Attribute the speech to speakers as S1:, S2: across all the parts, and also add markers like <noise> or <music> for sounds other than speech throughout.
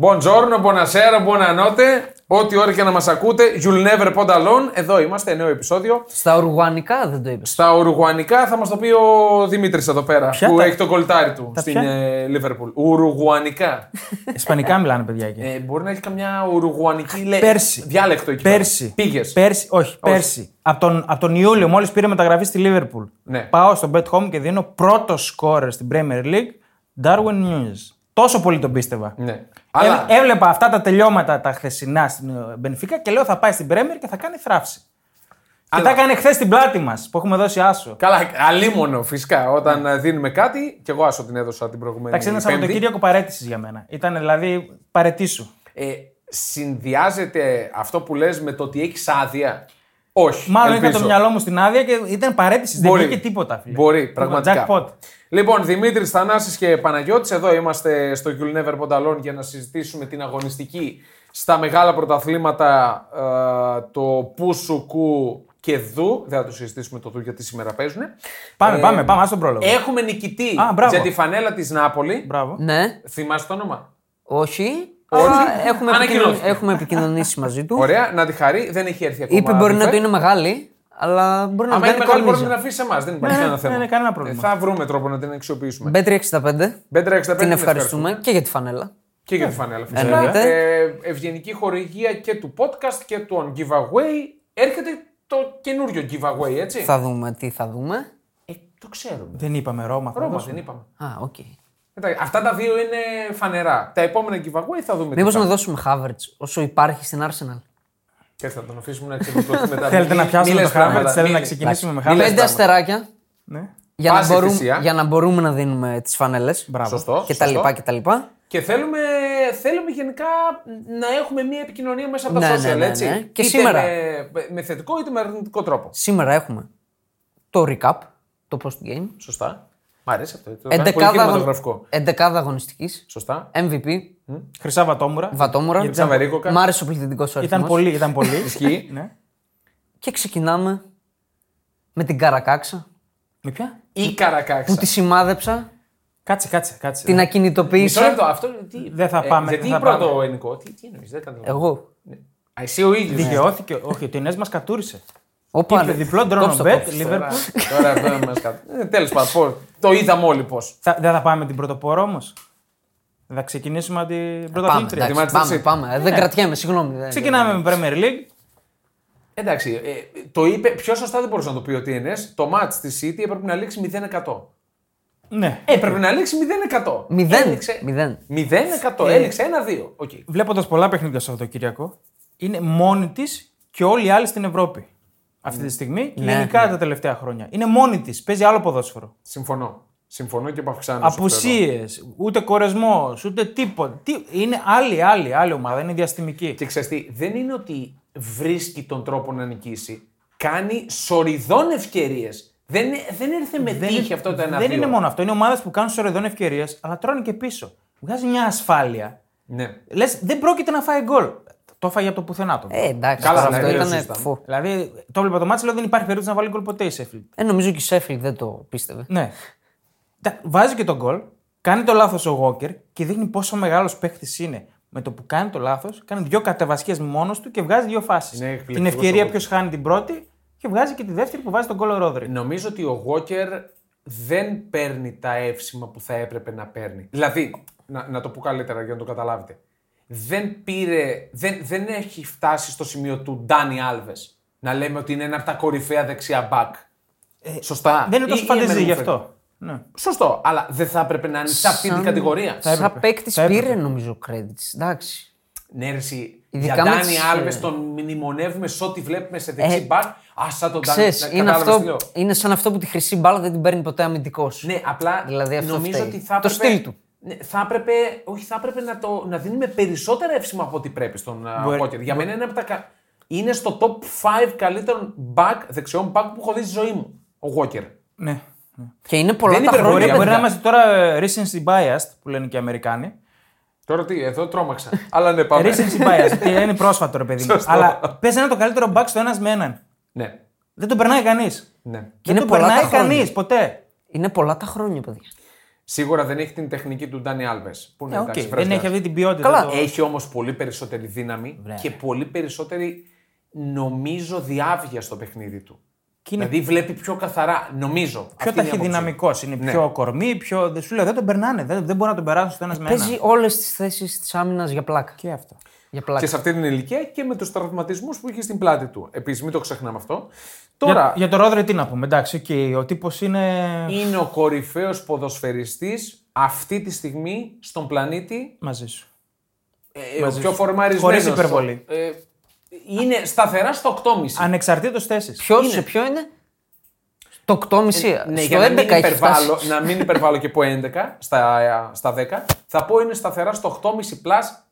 S1: Buongiorno, buonasera, buonanotte. Ό,τι ώρα και να μας ακούτε, you'll never put alone. Εδώ είμαστε, νέο επεισόδιο.
S2: Στα Ουρουγουανικά δεν το είπες.
S1: Στα Ουρουγουανικά θα μας το πει ο Δημήτρης εδώ πέρα,
S3: Ποια
S1: που
S3: τα-
S1: έχει το κολτάρι του στην
S3: ποια?
S1: ε, Λίβερπουλ. Ουρουγουανικά.
S3: Ισπανικά μιλάνε, παιδιά εκεί.
S1: ε, μπορεί να έχει καμιά Ουρουγουανική λέ...
S3: Πέρσι.
S1: διάλεκτο εκεί.
S3: Πέρσι.
S1: Πήγες.
S3: Πέρσι, όχι, πέρσι. Από τον, από τον Ιούλιο, μόλις πήρε μεταγραφή στη Λίβερπουλ.
S1: Ναι.
S3: Πάω στο Bet Home και δίνω πρώτο σκόρερ στην Premier League, Darwin News. Τόσο πολύ τον πίστευα.
S1: Ναι.
S3: Ε,
S1: Αλλά
S3: Έβλεπα αυτά τα τελειώματα τα χθεσινά στην ε, Μπενφίκα και λέω θα πάει στην Πρέμερ και θα κάνει θράψη.
S1: Αλλά-
S3: Και τα έκανε χθες στην πλάτη μας που έχουμε δώσει άσο.
S1: Καλά, αλίμονο φυσικά. Όταν ε, δίνουμε κάτι, και εγώ άσο την έδωσα την προηγούμενη.
S3: Ναι. Εντάξει, είναι
S1: Πέμπτη.
S3: Σαββατοκύριακο παρέτησης για μένα. Ήταν δηλαδή παρετήσου.
S1: Ε, συνδυάζεται αυτό που λες με το ότι έχεις άδεια. Όχι.
S3: Μάλλον
S1: ελπίζω.
S3: είχα το μυαλό μου στην άδεια και ήταν παρέτησης. Δεν
S1: Μπορεί.
S3: βγήκε τίποτα. Φίλε.
S1: Μπορεί,
S3: Τίποτα.
S1: πραγματικά.
S3: Jackpot.
S1: Λοιπόν, Δημήτρης Θανάσης και Παναγιώτης, εδώ είμαστε στο You'll Never Walk Alone για να συζητήσουμε την αγωνιστική στα μεγάλα πρωταθλήματα ε, το που σου κου και δου. Δεν θα το συζητήσουμε το δου γιατί σήμερα παίζουν.
S3: Πάμε,
S1: Ε,
S3: πάμε, πάμε, ας τον πρόλογο.
S1: Έχουμε νικητή
S3: Α, μπράβο.
S1: για τη φανέλα της Νάπολη.
S3: Μπράβο.
S2: Ναι,
S1: Θυμάσαι το όνομα.
S2: όχι.
S1: Όχι.
S2: Αλλά έχουμε,
S1: Ανακοινώθηκε.
S2: επικοινων- έχουμε επικοινωνήσει μαζί
S1: <laughs>
S2: του.
S1: Ωραία, να τη χαρεί. Δεν έχει έρθει ακόμα.
S2: Είπε μπορεί να
S1: Ρίφε.
S2: του είναι μεγάλη, αλλά μπορεί να του
S1: Άμα είναι
S2: κάνει
S1: μεγάλο, μπορεί να την
S2: κορνίζα.
S1: αφήσει σε εμάς. Δεν υπάρχει
S3: ναι,
S1: κανένα
S3: ναι,
S1: θέμα.
S3: ναι, κανένα πρόβλημα.
S1: Ε, Θα βρούμε τρόπο να την αξιοποιήσουμε.
S2: Μπέτρι 65.
S1: Μπέντρα 65.
S2: Την ευχαριστούμε και για τη φανέλα.
S1: Και
S3: Ναι.
S1: για τη φανέλα. φυσικά.
S2: εννοείται.
S1: Ε, ευγενική χορηγία και του podcast και του on giveaway. Έρχεται το καινούριο giveaway, έτσι.
S2: Θα δούμε τι θα δούμε.
S1: Ε, το ξέρουμε.
S3: Δεν είπαμε Ρώμα. θα
S1: Ρώμα,
S3: δώσουμε.
S1: δεν είπαμε.
S2: Α, οκ.
S1: Εντάξει, Αυτά τα δύο είναι φανερά. Τα επόμενα giveaway θα δούμε. τι
S2: Μήπως
S1: θα-
S2: να δώσουμε Χάβερτ όσο υπάρχει στην Arsenal.
S1: Και θα τον αφήσουμε να ξεκινήσει μετά.
S3: Θέλετε να
S1: Μη-
S3: πιάσουμε
S1: μη
S3: το
S1: λες πράγματα,
S3: Χάβερτ, θέλετε
S1: μη-
S3: να ξεκινήσουμε με
S1: μη λες
S2: Πέντε
S1: πράγματα.
S2: αστεράκια
S3: Ναι.
S2: για να,
S1: Πάση
S2: μπορούμε,
S1: θυσία.
S2: για να μπορούμε να δίνουμε τις φανέλες.
S3: Μπράβο.
S1: Σωστό.
S2: Και τα
S1: σωστό.
S2: λοιπά και τα λοιπά.
S1: Και θέλουμε, θέλουμε γενικά να έχουμε μια επικοινωνία μέσα από τα
S2: Ναι,
S1: social,
S2: ναι, ναι,
S1: έτσι.
S2: ναι. Και
S1: είτε
S2: σήμερα.
S1: Με, με θετικό είτε με αρνητικό τρόπο.
S2: Σήμερα έχουμε το recap, το post game.
S1: Σωστά. Μ' αρέσει αυτό. Το κάνει πολύ κινηματογραφικό.
S2: Εντεκάδα, εντεκάδα αγωνιστικής.
S1: Σωστά.
S2: MVP,
S3: Χρυσά βατόμουρα.
S2: Βατόμουρα.
S1: Για Τζαβερίκοκα.
S2: Μ' άρεσε ο πληθυντικός αριθμό.
S3: Ήταν πολύ, ήταν πολύ.
S1: Ισχύει.
S3: ναι.
S2: Και ξεκινάμε με την Καρακάξα
S3: Με ποια?
S1: Ή
S2: που
S1: καρακάξα.
S2: τη σημάδεψα,
S3: Κάτσε, κάτσε, κάτσε.
S2: την
S1: Μισό
S2: ακινητοποίησα.
S1: λεπτό, αυτό. Τι... Ε,
S3: Δεν θα πάμε,
S1: γιατί
S3: δεν θα
S1: πρώτο ελληνικό, τι, τι εννοείς, δεν καταλαβαίνω.
S2: Εγώ.
S1: Α, εσύ ο ίδιος.
S3: Δικαιώθηκε. Όχι, ο Ινέ μας κατούρισε.
S2: Ο
S3: Είπε διπλό drone on bet, Liverpool.
S1: Τώρα δεν μας κάτι. Τέλος πάντων, πώς- το είδαμε όλοι πώς.
S3: Θα- Δεν θα πάμε την πρωτοπόρο όμως. Θα ξεκινήσουμε από
S1: Ε,
S3: την
S2: Πάμε,
S3: πρωταθλήτρια.
S2: εντάξει,
S1: Τη Manchester
S2: πάμε,
S1: City.
S2: πάμε. Ε, Δεν κρατιέμαι, συγγνώμη. δεν-
S3: Ξεκινάμε με Premier League.
S1: Εντάξει, ε, το είπε πιο σωστά δεν μπορούσε να το πει ο TNS. Το match της City έπρεπε να λήξει 0%.
S3: Ναι.
S1: Έπρεπε να λήξει 0%.
S2: Μηδέν.
S1: Έληξε
S2: Μηδέν.
S1: 0%.
S3: Ε.
S1: Έληξε 1-2. Οκ.
S3: Βλέποντας πολλά παιχνίδια στο Σαββατοκύριακο, είναι μόνη της και όλοι οι άλλοι στην Ευρώπη. Αυτή τη στιγμή και
S2: Ναι,
S3: γενικά τα τελευταία χρόνια. Είναι μόνη της. Παίζει άλλο ποδόσφαιρο.
S1: Συμφωνώ. Συμφωνώ και επαυξάνω. σε αυτό εδώ.
S3: Απουσίες, ούτε κορεσμός, ούτε τίποτα. Τι... Είναι άλλη, άλλη, άλλη ομάδα. Είναι διαστημική.
S1: Και ξέρεις τι, δεν είναι ότι βρίσκει τον τρόπο να νικήσει. Κάνει σοριδών ευκαιρίες. Δεν, δεν ήρθε με τύχη
S3: είναι-
S1: αυτό το ένα
S3: δεν είναι μόνο αυτό. Είναι ομάδες που κάνουν σωρεδόν ευκαιρίες, αλλά τρώνε και πίσω. Βγάζει μια ασφάλεια.
S1: Ναι.
S3: Λες, δεν πρόκειται να φάει γκολ. Το έφαγε από το πουθενά του.
S2: Ε, εντάξει,
S1: Καλά,
S2: τώρα
S1: ναι,
S2: αυτό
S1: ναι,
S2: ήταν
S1: συζητάμε.
S2: φου.
S3: Δηλαδή, το έβλεπα το μάτσο, λέω δεν υπάρχει περίπτωση να βάλει γκολ ποτέ η Σέφιλ.
S2: Ε, νομίζω και η Σέφιλ δεν το πίστευε.
S3: Ναι. Τα- Βάζει και τον γκολ, κάνει το λάθος ο Γόκερ και δείχνει πόσο μεγάλος παίχτης είναι. Με το που κάνει το λάθος, κάνει δύο κατεβασιές μόνος του και βγάζει δύο φάσεις.
S1: Είναι εκπληκτικός
S3: Την
S1: ο
S3: ευκαιρία
S1: Walker.
S3: ποιος χάνει την πρώτη και βγάζει και τη δεύτερη που βάζει τον γκολ ο Ρόδρυ.
S1: Νομίζω ότι ο Walker δεν παίρνει τα εύσημα που θα έπρεπε να παίρνει. Δηλαδή, να, να το πω καλύτερα για να το καταλάβετε. Δεν πήρε, δεν, δεν έχει φτάσει στο σημείο του Ντάνι Άλβες να λέμε ότι είναι ένα από τα κορυφαία δεξιά μπακ. Σωστά.
S3: Ε, Δεν είναι
S1: Ή-
S3: τόσο
S1: ή εμένα
S3: φαντεζή
S1: μου
S3: γι'
S1: φαίνεται.
S3: αυτό. Ναι.
S1: Σωστό, αλλά δεν θα έπρεπε να είναι σε αυτή την
S2: Σαν-
S1: κατηγορία.
S2: Σαν
S3: έπρεπε.
S2: παίκτης
S3: Θα έπρεπε.
S2: πήρε νομίζω credits. Εντάξει.
S1: Ναι, ρε, εσύ.
S2: Ειδικά
S1: Για
S2: με
S1: Ντάνι
S2: τις,
S1: Άλβες
S2: ε,
S1: τον μνημονεύουμε σε ό,τι βλέπουμε σε δεξί μπακ. Α, σαν τον Ντάνι.
S2: Ξέρεις,
S1: να-
S2: είναι,
S1: ναι, κατάλαβες τι
S2: αυτό,
S1: λέω.
S2: είναι σαν αυτό που τη χρυσή μπάλα δεν την παίρνει ποτέ αμυντικός.
S1: Ναι, απλά
S2: Δηλαδή αυτό
S1: νομίζω
S2: φταίει.
S1: ότι θα
S2: Το
S1: έπρεπε.
S2: στυλ του.
S1: Ναι, θα έπρεπε, όχι, θα έπρεπε να, το, να δίνουμε περισσότερα εύσημα από ό,τι πρέπει στον
S3: Μπορεί-
S1: Πόκερ. Για μένα είναι από τα. κα- Είναι στο top 5 καλύτερων back, δεξιών back που έχω δει στη ζωή μου. Ο Walker.
S3: ναι.
S2: Και είναι πολλά
S1: Δεν
S2: τα
S1: είναι
S2: χρόνια.
S3: Μπορεί,
S1: παιδιά.
S3: μπορεί να είμαστε τώρα ε, recency biased που λένε και οι Αμερικάνοι.
S1: Τώρα τι, εδώ
S2: <laughs>
S1: τρόμαξα. Αλλά ναι, πάμε.
S3: Recency biased, τι είναι πρόσφατο ρε παιδί μου.
S1: Σωστό.
S3: Αλλά παίζει ένα το καλύτερο back στο ένας με έναν.
S1: ναι,
S3: Δεν τον περνάει κανείς.
S1: ναι.
S2: Είναι
S3: Δεν τον
S2: πολλά τα
S3: περνάει
S2: χρόνια.
S3: κανείς ποτέ.
S2: Είναι πολλά τα χρόνια, παιδιά.
S1: Σίγουρα δεν έχει την τεχνική του Ντάνι Άλβες. Που είναι
S2: Ε,
S3: Ναι, οκ.
S1: εντάξει,
S3: Δεν
S1: βρέθηκα.
S3: έχει αυτή την ποιότητα.
S2: Καλά,
S3: το-
S1: Έχει όμως πολύ περισσότερη δύναμη
S3: Βρε. ναι.
S1: και πολύ περισσότερη, νομίζω, διάβια στο παιχνίδι του.
S3: Και είναι-
S1: Δηλαδή βλέπει πιο καθαρά, νομίζω.
S3: Πιο
S1: Αυτή είναι η άποψή μου.
S3: ταχυδυναμικός. Είναι
S1: Ναι.
S3: πιο κορμί, πιο. δεν Σου λέω, δεν τον περνάνε. Δεν, δεν μπορούν να τον περάσουν το ένας με
S2: Παίζει
S3: ένα.
S2: όλες τις θέσεις της άμυνας για πλάκα.
S3: Και αυτό.
S2: Για
S1: Και
S2: πλάκα.
S1: σε αυτή την ηλικία και με τους τραυματισμούς που είχε στην πλάτη του. Επίσης, μην το ξεχνάμε αυτό. Τώρα,
S3: Για, για τον Ρόδρε τι να πούμε. Εντάξει, οκ, ο τύπος είναι.
S1: είναι ο κορυφαίος ποδοσφαιριστής αυτή τη στιγμή στον πλανήτη.
S3: Μαζί σου.
S1: ε, ο πιο φορμαρισμένος.
S3: Χωρίς υπερβολή.
S1: Ε, είναι σταθερά στο 8,5.
S3: Ανεξαρτήτως θέσης.
S2: Ποιος σε ποιο είναι. Το 8,5.
S1: Ναι,
S2: στο
S1: για να
S2: 11
S1: μην,
S2: έχει φτάσει.
S1: υπερβάλλω, να μην υπερβάλλω και πω 11 στα, στα 10, θα πω είναι σταθερά στο 8,5 plus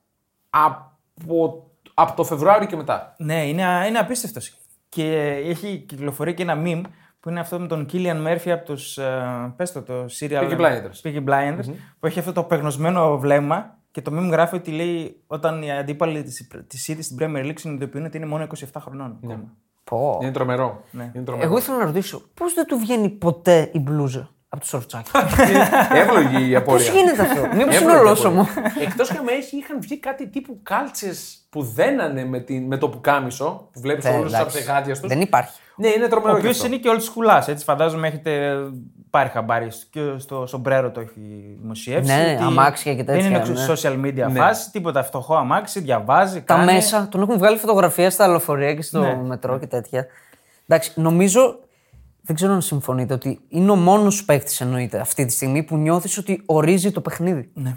S1: από, από το Φεβρουάριο και μετά.
S3: Ναι, είναι, α- είναι απίστευτος. Και έχει κυκλοφορεί και ένα meme που είναι αυτό με τον Κίλιαν Μέρφυ από τους. Πες το, το serial.
S1: Peaky Blinders.
S3: Peaky Blinders, Που έχει αυτό το απεγνωσμένο βλέμμα και το meme γράφει ότι λέει όταν οι αντίπαλοι της City στην Premier League συνειδητοποιούν ότι είναι μόνο 27 χρονών.
S1: Ναι.
S3: ακόμα.
S2: Πω.
S1: Είναι τρομερό. Είναι τρομερό.
S2: Εγώ ήθελα να ρωτήσω, πώς δεν του βγαίνει ποτέ η μπλούζα από το σορτσάκι.
S1: Εύλογη η
S2: πώ
S1: απορία. <laughs>
S2: γίνεται αυτό, Μήπως είναι
S1: Εύλογη
S2: ολόσωμο.
S1: Εκτός και με έχει, είχαν βγει κάτι τύπου κάλτσες που δένανε με, την, με το πουκάμισο που βλέπεις
S2: Ε,
S1: όλου του
S2: εντάξει.
S1: αψεγάδια τους.
S2: Δεν υπάρχει.
S1: Ναι, είναι
S3: Ο
S1: τρομερό. και
S3: οποίος
S1: αυτό.
S3: είναι και old school ass, έτσι φαντάζομαι έχετε πάρει χαμπάρι και στο σομπρέρο το έχει δημοσιεύσει.
S2: Ναι,
S3: ότι
S2: αμάξια και τέτοια,
S3: Δεν είναι
S2: ναι.
S3: social media φάση, τίποτα φτωχό αμάξι, διαβάζει.
S2: Τα
S3: κάνει.
S2: μέσα, τον έχουν βγάλει φωτογραφία στα λεωφορεία και στο
S3: Ναι.
S2: μετρό και τέτοια. Εντάξει, νομίζω, δεν ξέρω αν συμφωνείτε, ότι είναι ο μόνος παίκτης εννοείται αυτή τη στιγμή που νιώθεις ότι ορίζει το παιχνίδι.
S3: Ναι.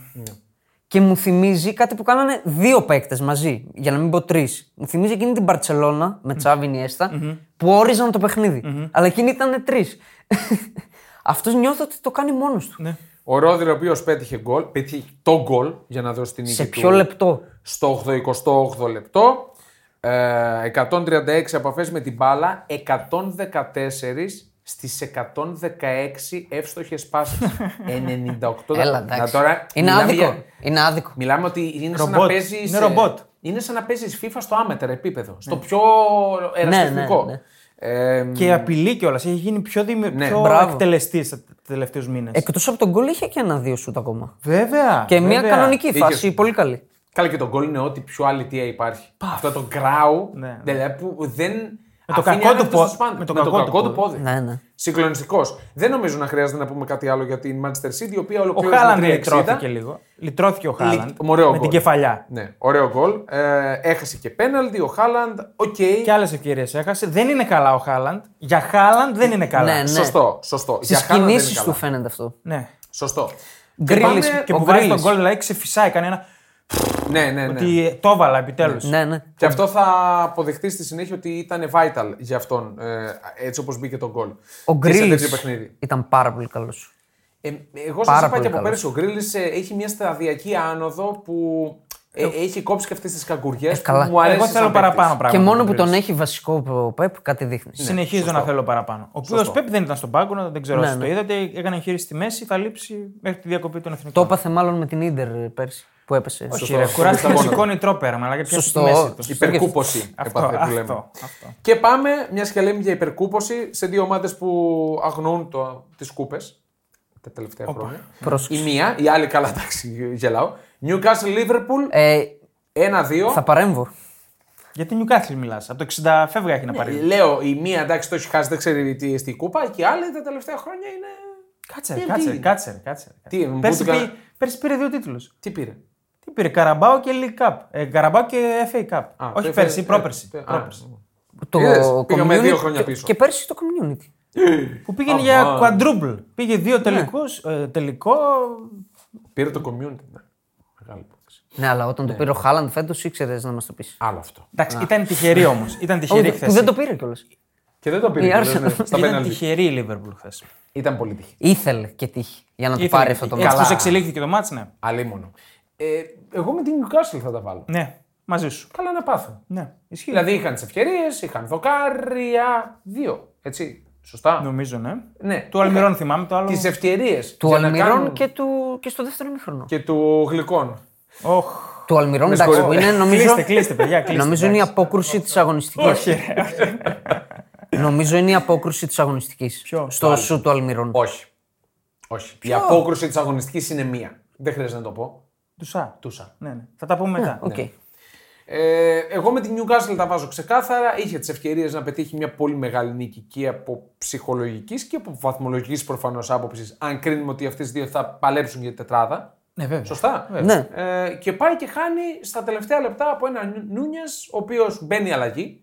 S2: Και μου θυμίζει κάτι που κάνανε δύο παίκτες μαζί, για να μην πω τρεις. Μου θυμίζει εκείνη την Παρσελώνα με Τσάβι Νιέστα, που όριζαν το παιχνιδι Αλλά εκείνοι ήταν τρεις. <laughs> Αυτός νιώθω ότι το κάνει μόνος του.
S3: Ναι.
S1: Ο Ρόδρυ, ο οποίος πέτυχε, γκολ, πέτυχε το γκολ για να δώσει την νίκη
S2: Σε
S1: του.
S2: ποιο λεπτό.
S1: Στο 88 λεπτό. Ε, 136 επαφές με την μπάλα, 114 στις 116 εύστοχες
S2: <laughs>
S1: πάσεις. 98
S2: Έλα,
S1: Να
S2: εντάξει.
S1: τώρα
S2: είναι,
S1: μιλάμε
S2: άδικο.
S1: για-
S2: είναι άδικο.
S1: Μιλάμε ότι είναι σαν να
S3: Ρομπότ.
S1: παίζεις.
S3: Είναι ρομπότ.
S1: Είναι σαν να παίζεις FIFA στο άμετρο επίπεδο. Στο πιο ερασιτεχνικό.
S2: ναι, ναι.
S1: Ε,
S3: Και απειλεί κιόλας. Έχει γίνει πιο, δημι...
S1: Ναι.
S3: πιο
S2: Μπράβο.
S3: εκτελεστής τα τελευταίους μήνες.
S2: Εκτός από τον γκολ είχε και ένα-δύο σουτ ακόμα.
S3: Βέβαια.
S2: Και μια
S3: βέβαια.
S2: κανονική
S1: Δίκαιος.
S2: φάση, πολύ καλή.
S1: Καλά και το γκολ είναι ό,τι πιο αλητία υπάρχει. Αυτό το γκράου
S3: Ναι, ναι.
S1: δηλαδή που δεν.
S3: Με το
S1: αφήνει
S3: κακό του
S1: άνετο
S3: πο-
S1: στους πάντες.
S3: με το
S1: Με το
S3: κακό του
S1: κακό του
S3: πόδι.
S1: πόδι.
S2: Ναι, ναι.
S1: Συγκλονιστικός. Δεν νομίζω να χρειάζεται να πούμε κάτι άλλο για την Manchester City, η οποία
S3: Ο
S1: ολοκλήρωσε
S3: Χάλαντ
S1: με 360.
S3: λυτρώθηκε λίγο. Λυτρώθηκε ο Χάλαντ.
S1: Λι- ωραίο
S3: Με την
S1: γκολ.
S3: κεφαλιά.
S1: Ναι, ωραίο γκολ. Ε, έχασε και πέναλτι ο Χάλαντ. Οκ.
S3: Και άλλες ευκαιρίες έχασε. Δεν είναι καλά ο Χάλαντ. Για Χάλαντ δεν είναι καλά.
S2: Ναι, ναι.
S1: Σωστό, σωστό.
S2: Στις
S1: Χάλαντ δεν
S2: κινήσει
S1: είναι
S2: του
S1: καλά.
S2: φαίνεται αυτό.
S3: Ναι.
S1: Σωστό.
S2: Γκρίλις,
S1: πάμε-
S3: Και
S2: Ο
S3: που βάζει τον
S2: Γκρίλις.
S3: γκολ, δηλαδή ξεφυσάει. Κάνει ένα.
S1: Ναι, ναι, ναι.
S3: Τι... Το έβαλα επιτέλους.
S2: Ναι, ναι.
S1: Και αυτό θα αποδεχτεί στη συνέχεια ότι ήταν vital για αυτόν, ε, έτσι όπως μπήκε το γκολ.
S2: Ο
S1: Και σε
S2: Γκρίλι
S1: τέτοιο παιχνίδι.
S2: ήταν πάρα πολύ καλός.
S1: Ε, εγώ σας
S2: Πάρα
S1: είπα
S2: πολύ
S1: και από
S2: καλός.
S1: πέρυσι, ο Γκρίλι έχει μια σταδιακή άνοδο που ε, έχει κόψει και αυτές τις κακουριέ.
S2: καλά.
S1: Μου αρέσει
S3: Εγώ θέλω
S1: σαν παίκτης.
S3: παραπάνω πράγματα.
S2: Και μόνο
S3: από
S2: που
S3: τον
S2: τον έχει βασικό ο Πεπ, κάτι δείχνεις.
S1: Ναι.
S3: Συνεχίζω να θέλω παραπάνω. Ο οποίος Πέπ δεν ήταν στον πάγκο, δεν ξέρω
S2: Ναι,
S3: αν
S2: ναι.
S3: το είδατε. Έκανε χείρι στη μέση, θα λείψει μέχρι τη διακοπή των εθνικών.
S2: Το έπαθε μάλλον με την ντερ πέρσι που έπεσε.
S3: Όχι,
S1: Σωστό.
S3: ρε, κουράστηκε να
S1: Σωστό.
S3: σηκώνει τρόπερα, αλλά για πια στη
S2: Σωστό.
S3: μέση του.
S1: Υπερκούποση.
S3: Αυτό,
S1: έπαθε που λέμε.
S3: αυτό, αυτό.
S1: Και πάμε, μιας και λέμε για υπερκούποση, σε δύο ομάδες που αγνοούν τις κούπες τα τελευταία χρόνια. Η
S2: Πρόσεξε.
S1: μία, η άλλη καλά, εντάξει, γελάω. Newcastle Liverpool
S2: Ε,
S1: 1-2.
S2: θα παρέμβω.
S3: Για την Newcastle μιλάς. Από το 60 φεύγα
S1: Ναι,
S3: έχει να πάρει.
S1: Λέω η μία εντάξει το έχει χάσει, δεν ξέρει τι στην κούπα και η άλλη τα τελευταία χρόνια είναι.
S3: Κάτσε,
S1: Τι
S3: κάτσε,
S1: πήγε.
S3: κάτσε. κάτσε.
S1: Τι, μου
S3: Πέρσι
S1: πούτηκα-
S3: πήρε- Πέρσι πήρε δύο τίτλους.
S1: Τι πήρε.
S3: Τι πήρε, Καραμπάο και League Cup. Ε, Καραμπάο και FA Cup.
S1: Α,
S3: Όχι
S1: το
S3: πέρσι,
S1: έφερε-
S3: πρόπερσι.
S1: ε, α,
S3: πρόπερσι.
S2: Το
S1: Είδες, πήγαμε
S2: community-
S1: δύο χρόνια πίσω.
S2: Και πέρσι το community.
S3: Που πήγαινε για
S1: αμάν.
S3: quadruple. Πήγε
S1: Ναι.
S3: δύο τελικού. Τελικό.
S1: Πήρε το community. Ναι. Μεγάλη υπόθεση.
S2: Ναι, αλλά όταν το πήρε ο Χάλαντ φέτος ήξερες να μας το πεις.
S1: Άλλο αυτό.
S3: Εντάξει, ήταν τυχερή όμως. Ήταν τυχερή η
S2: Που δεν
S1: ε.
S3: χθες.
S2: το πήρε κιόλας.
S1: Και δεν το πήρε.
S2: Η
S1: δεν
S2: Arsenal.
S1: είναι, στα
S3: Ήταν
S1: πέναλτι.
S3: τυχερή η Liverpool χθες.
S1: Ήταν πολύ τυχή.
S2: Ήθελε και τύχη για να το πάρει αυτό το
S3: μάτι. Έτσι
S2: μάτι.
S3: πως εξελίχθηκε το μάτι, ναι.
S1: Αλίμονο. Ε, εγώ με την Newcastle θα τα βάλω.
S3: Ναι, μαζί σου.
S1: Καλά να πάθω.
S3: Ναι, ισχύει.
S1: Δηλαδή είχαν τις ευκαιρίες, είχαν δοκάρια. Δύο. Έτσι. Σωστά.
S3: Νομίζω, ναι.
S1: Ναι.
S3: Του Αλμυρών θυμάμαι, το άλλο.
S1: Τις ευκαιρίες.
S2: Του Αλμυρών και, του... και στο δεύτερο μήχρονο.
S1: και του γλυκών.
S3: Οχ.
S2: Του Αλμυρών, εντάξει, που
S1: συγχωρείτε.
S2: είναι νομίζω.
S3: Κλείστε, κλείστε, παιδιά. Κλείστε,
S2: Νομίζω είναι η απόκρουση της αγωνιστικής.
S3: Όχι, ρε.
S2: Νομίζω είναι η απόκρουση της αγωνιστικής.
S3: Ποιο?
S2: Στο σου του Αλμυρών.
S1: Όχι. Όχι. Η απόκρουση της αγωνιστικής είναι μία. Δεν χρειάζεται να το πω.
S3: Τουσά.
S1: Τούσα.
S3: Ναι, ναι. Θα τα πούμε μετά.
S2: Οκ.
S1: Ε, εγώ με την Newcastle τα βάζω ξεκάθαρα. Είχε τις ευκαιρίες να πετύχει μια πολύ μεγάλη νίκη και από ψυχολογικής και από βαθμολογικής προφανώς άποψης. Αν κρίνουμε ότι αυτές οι δύο θα παλέψουν για την τετράδα.
S3: Ναι, βέβαια.
S1: Σωστά.
S2: Βέβαια.
S1: Ε, και πάει και χάνει στα τελευταία λεπτά από ένα Νούνιας, ο οποίος μπαίνει αλλαγή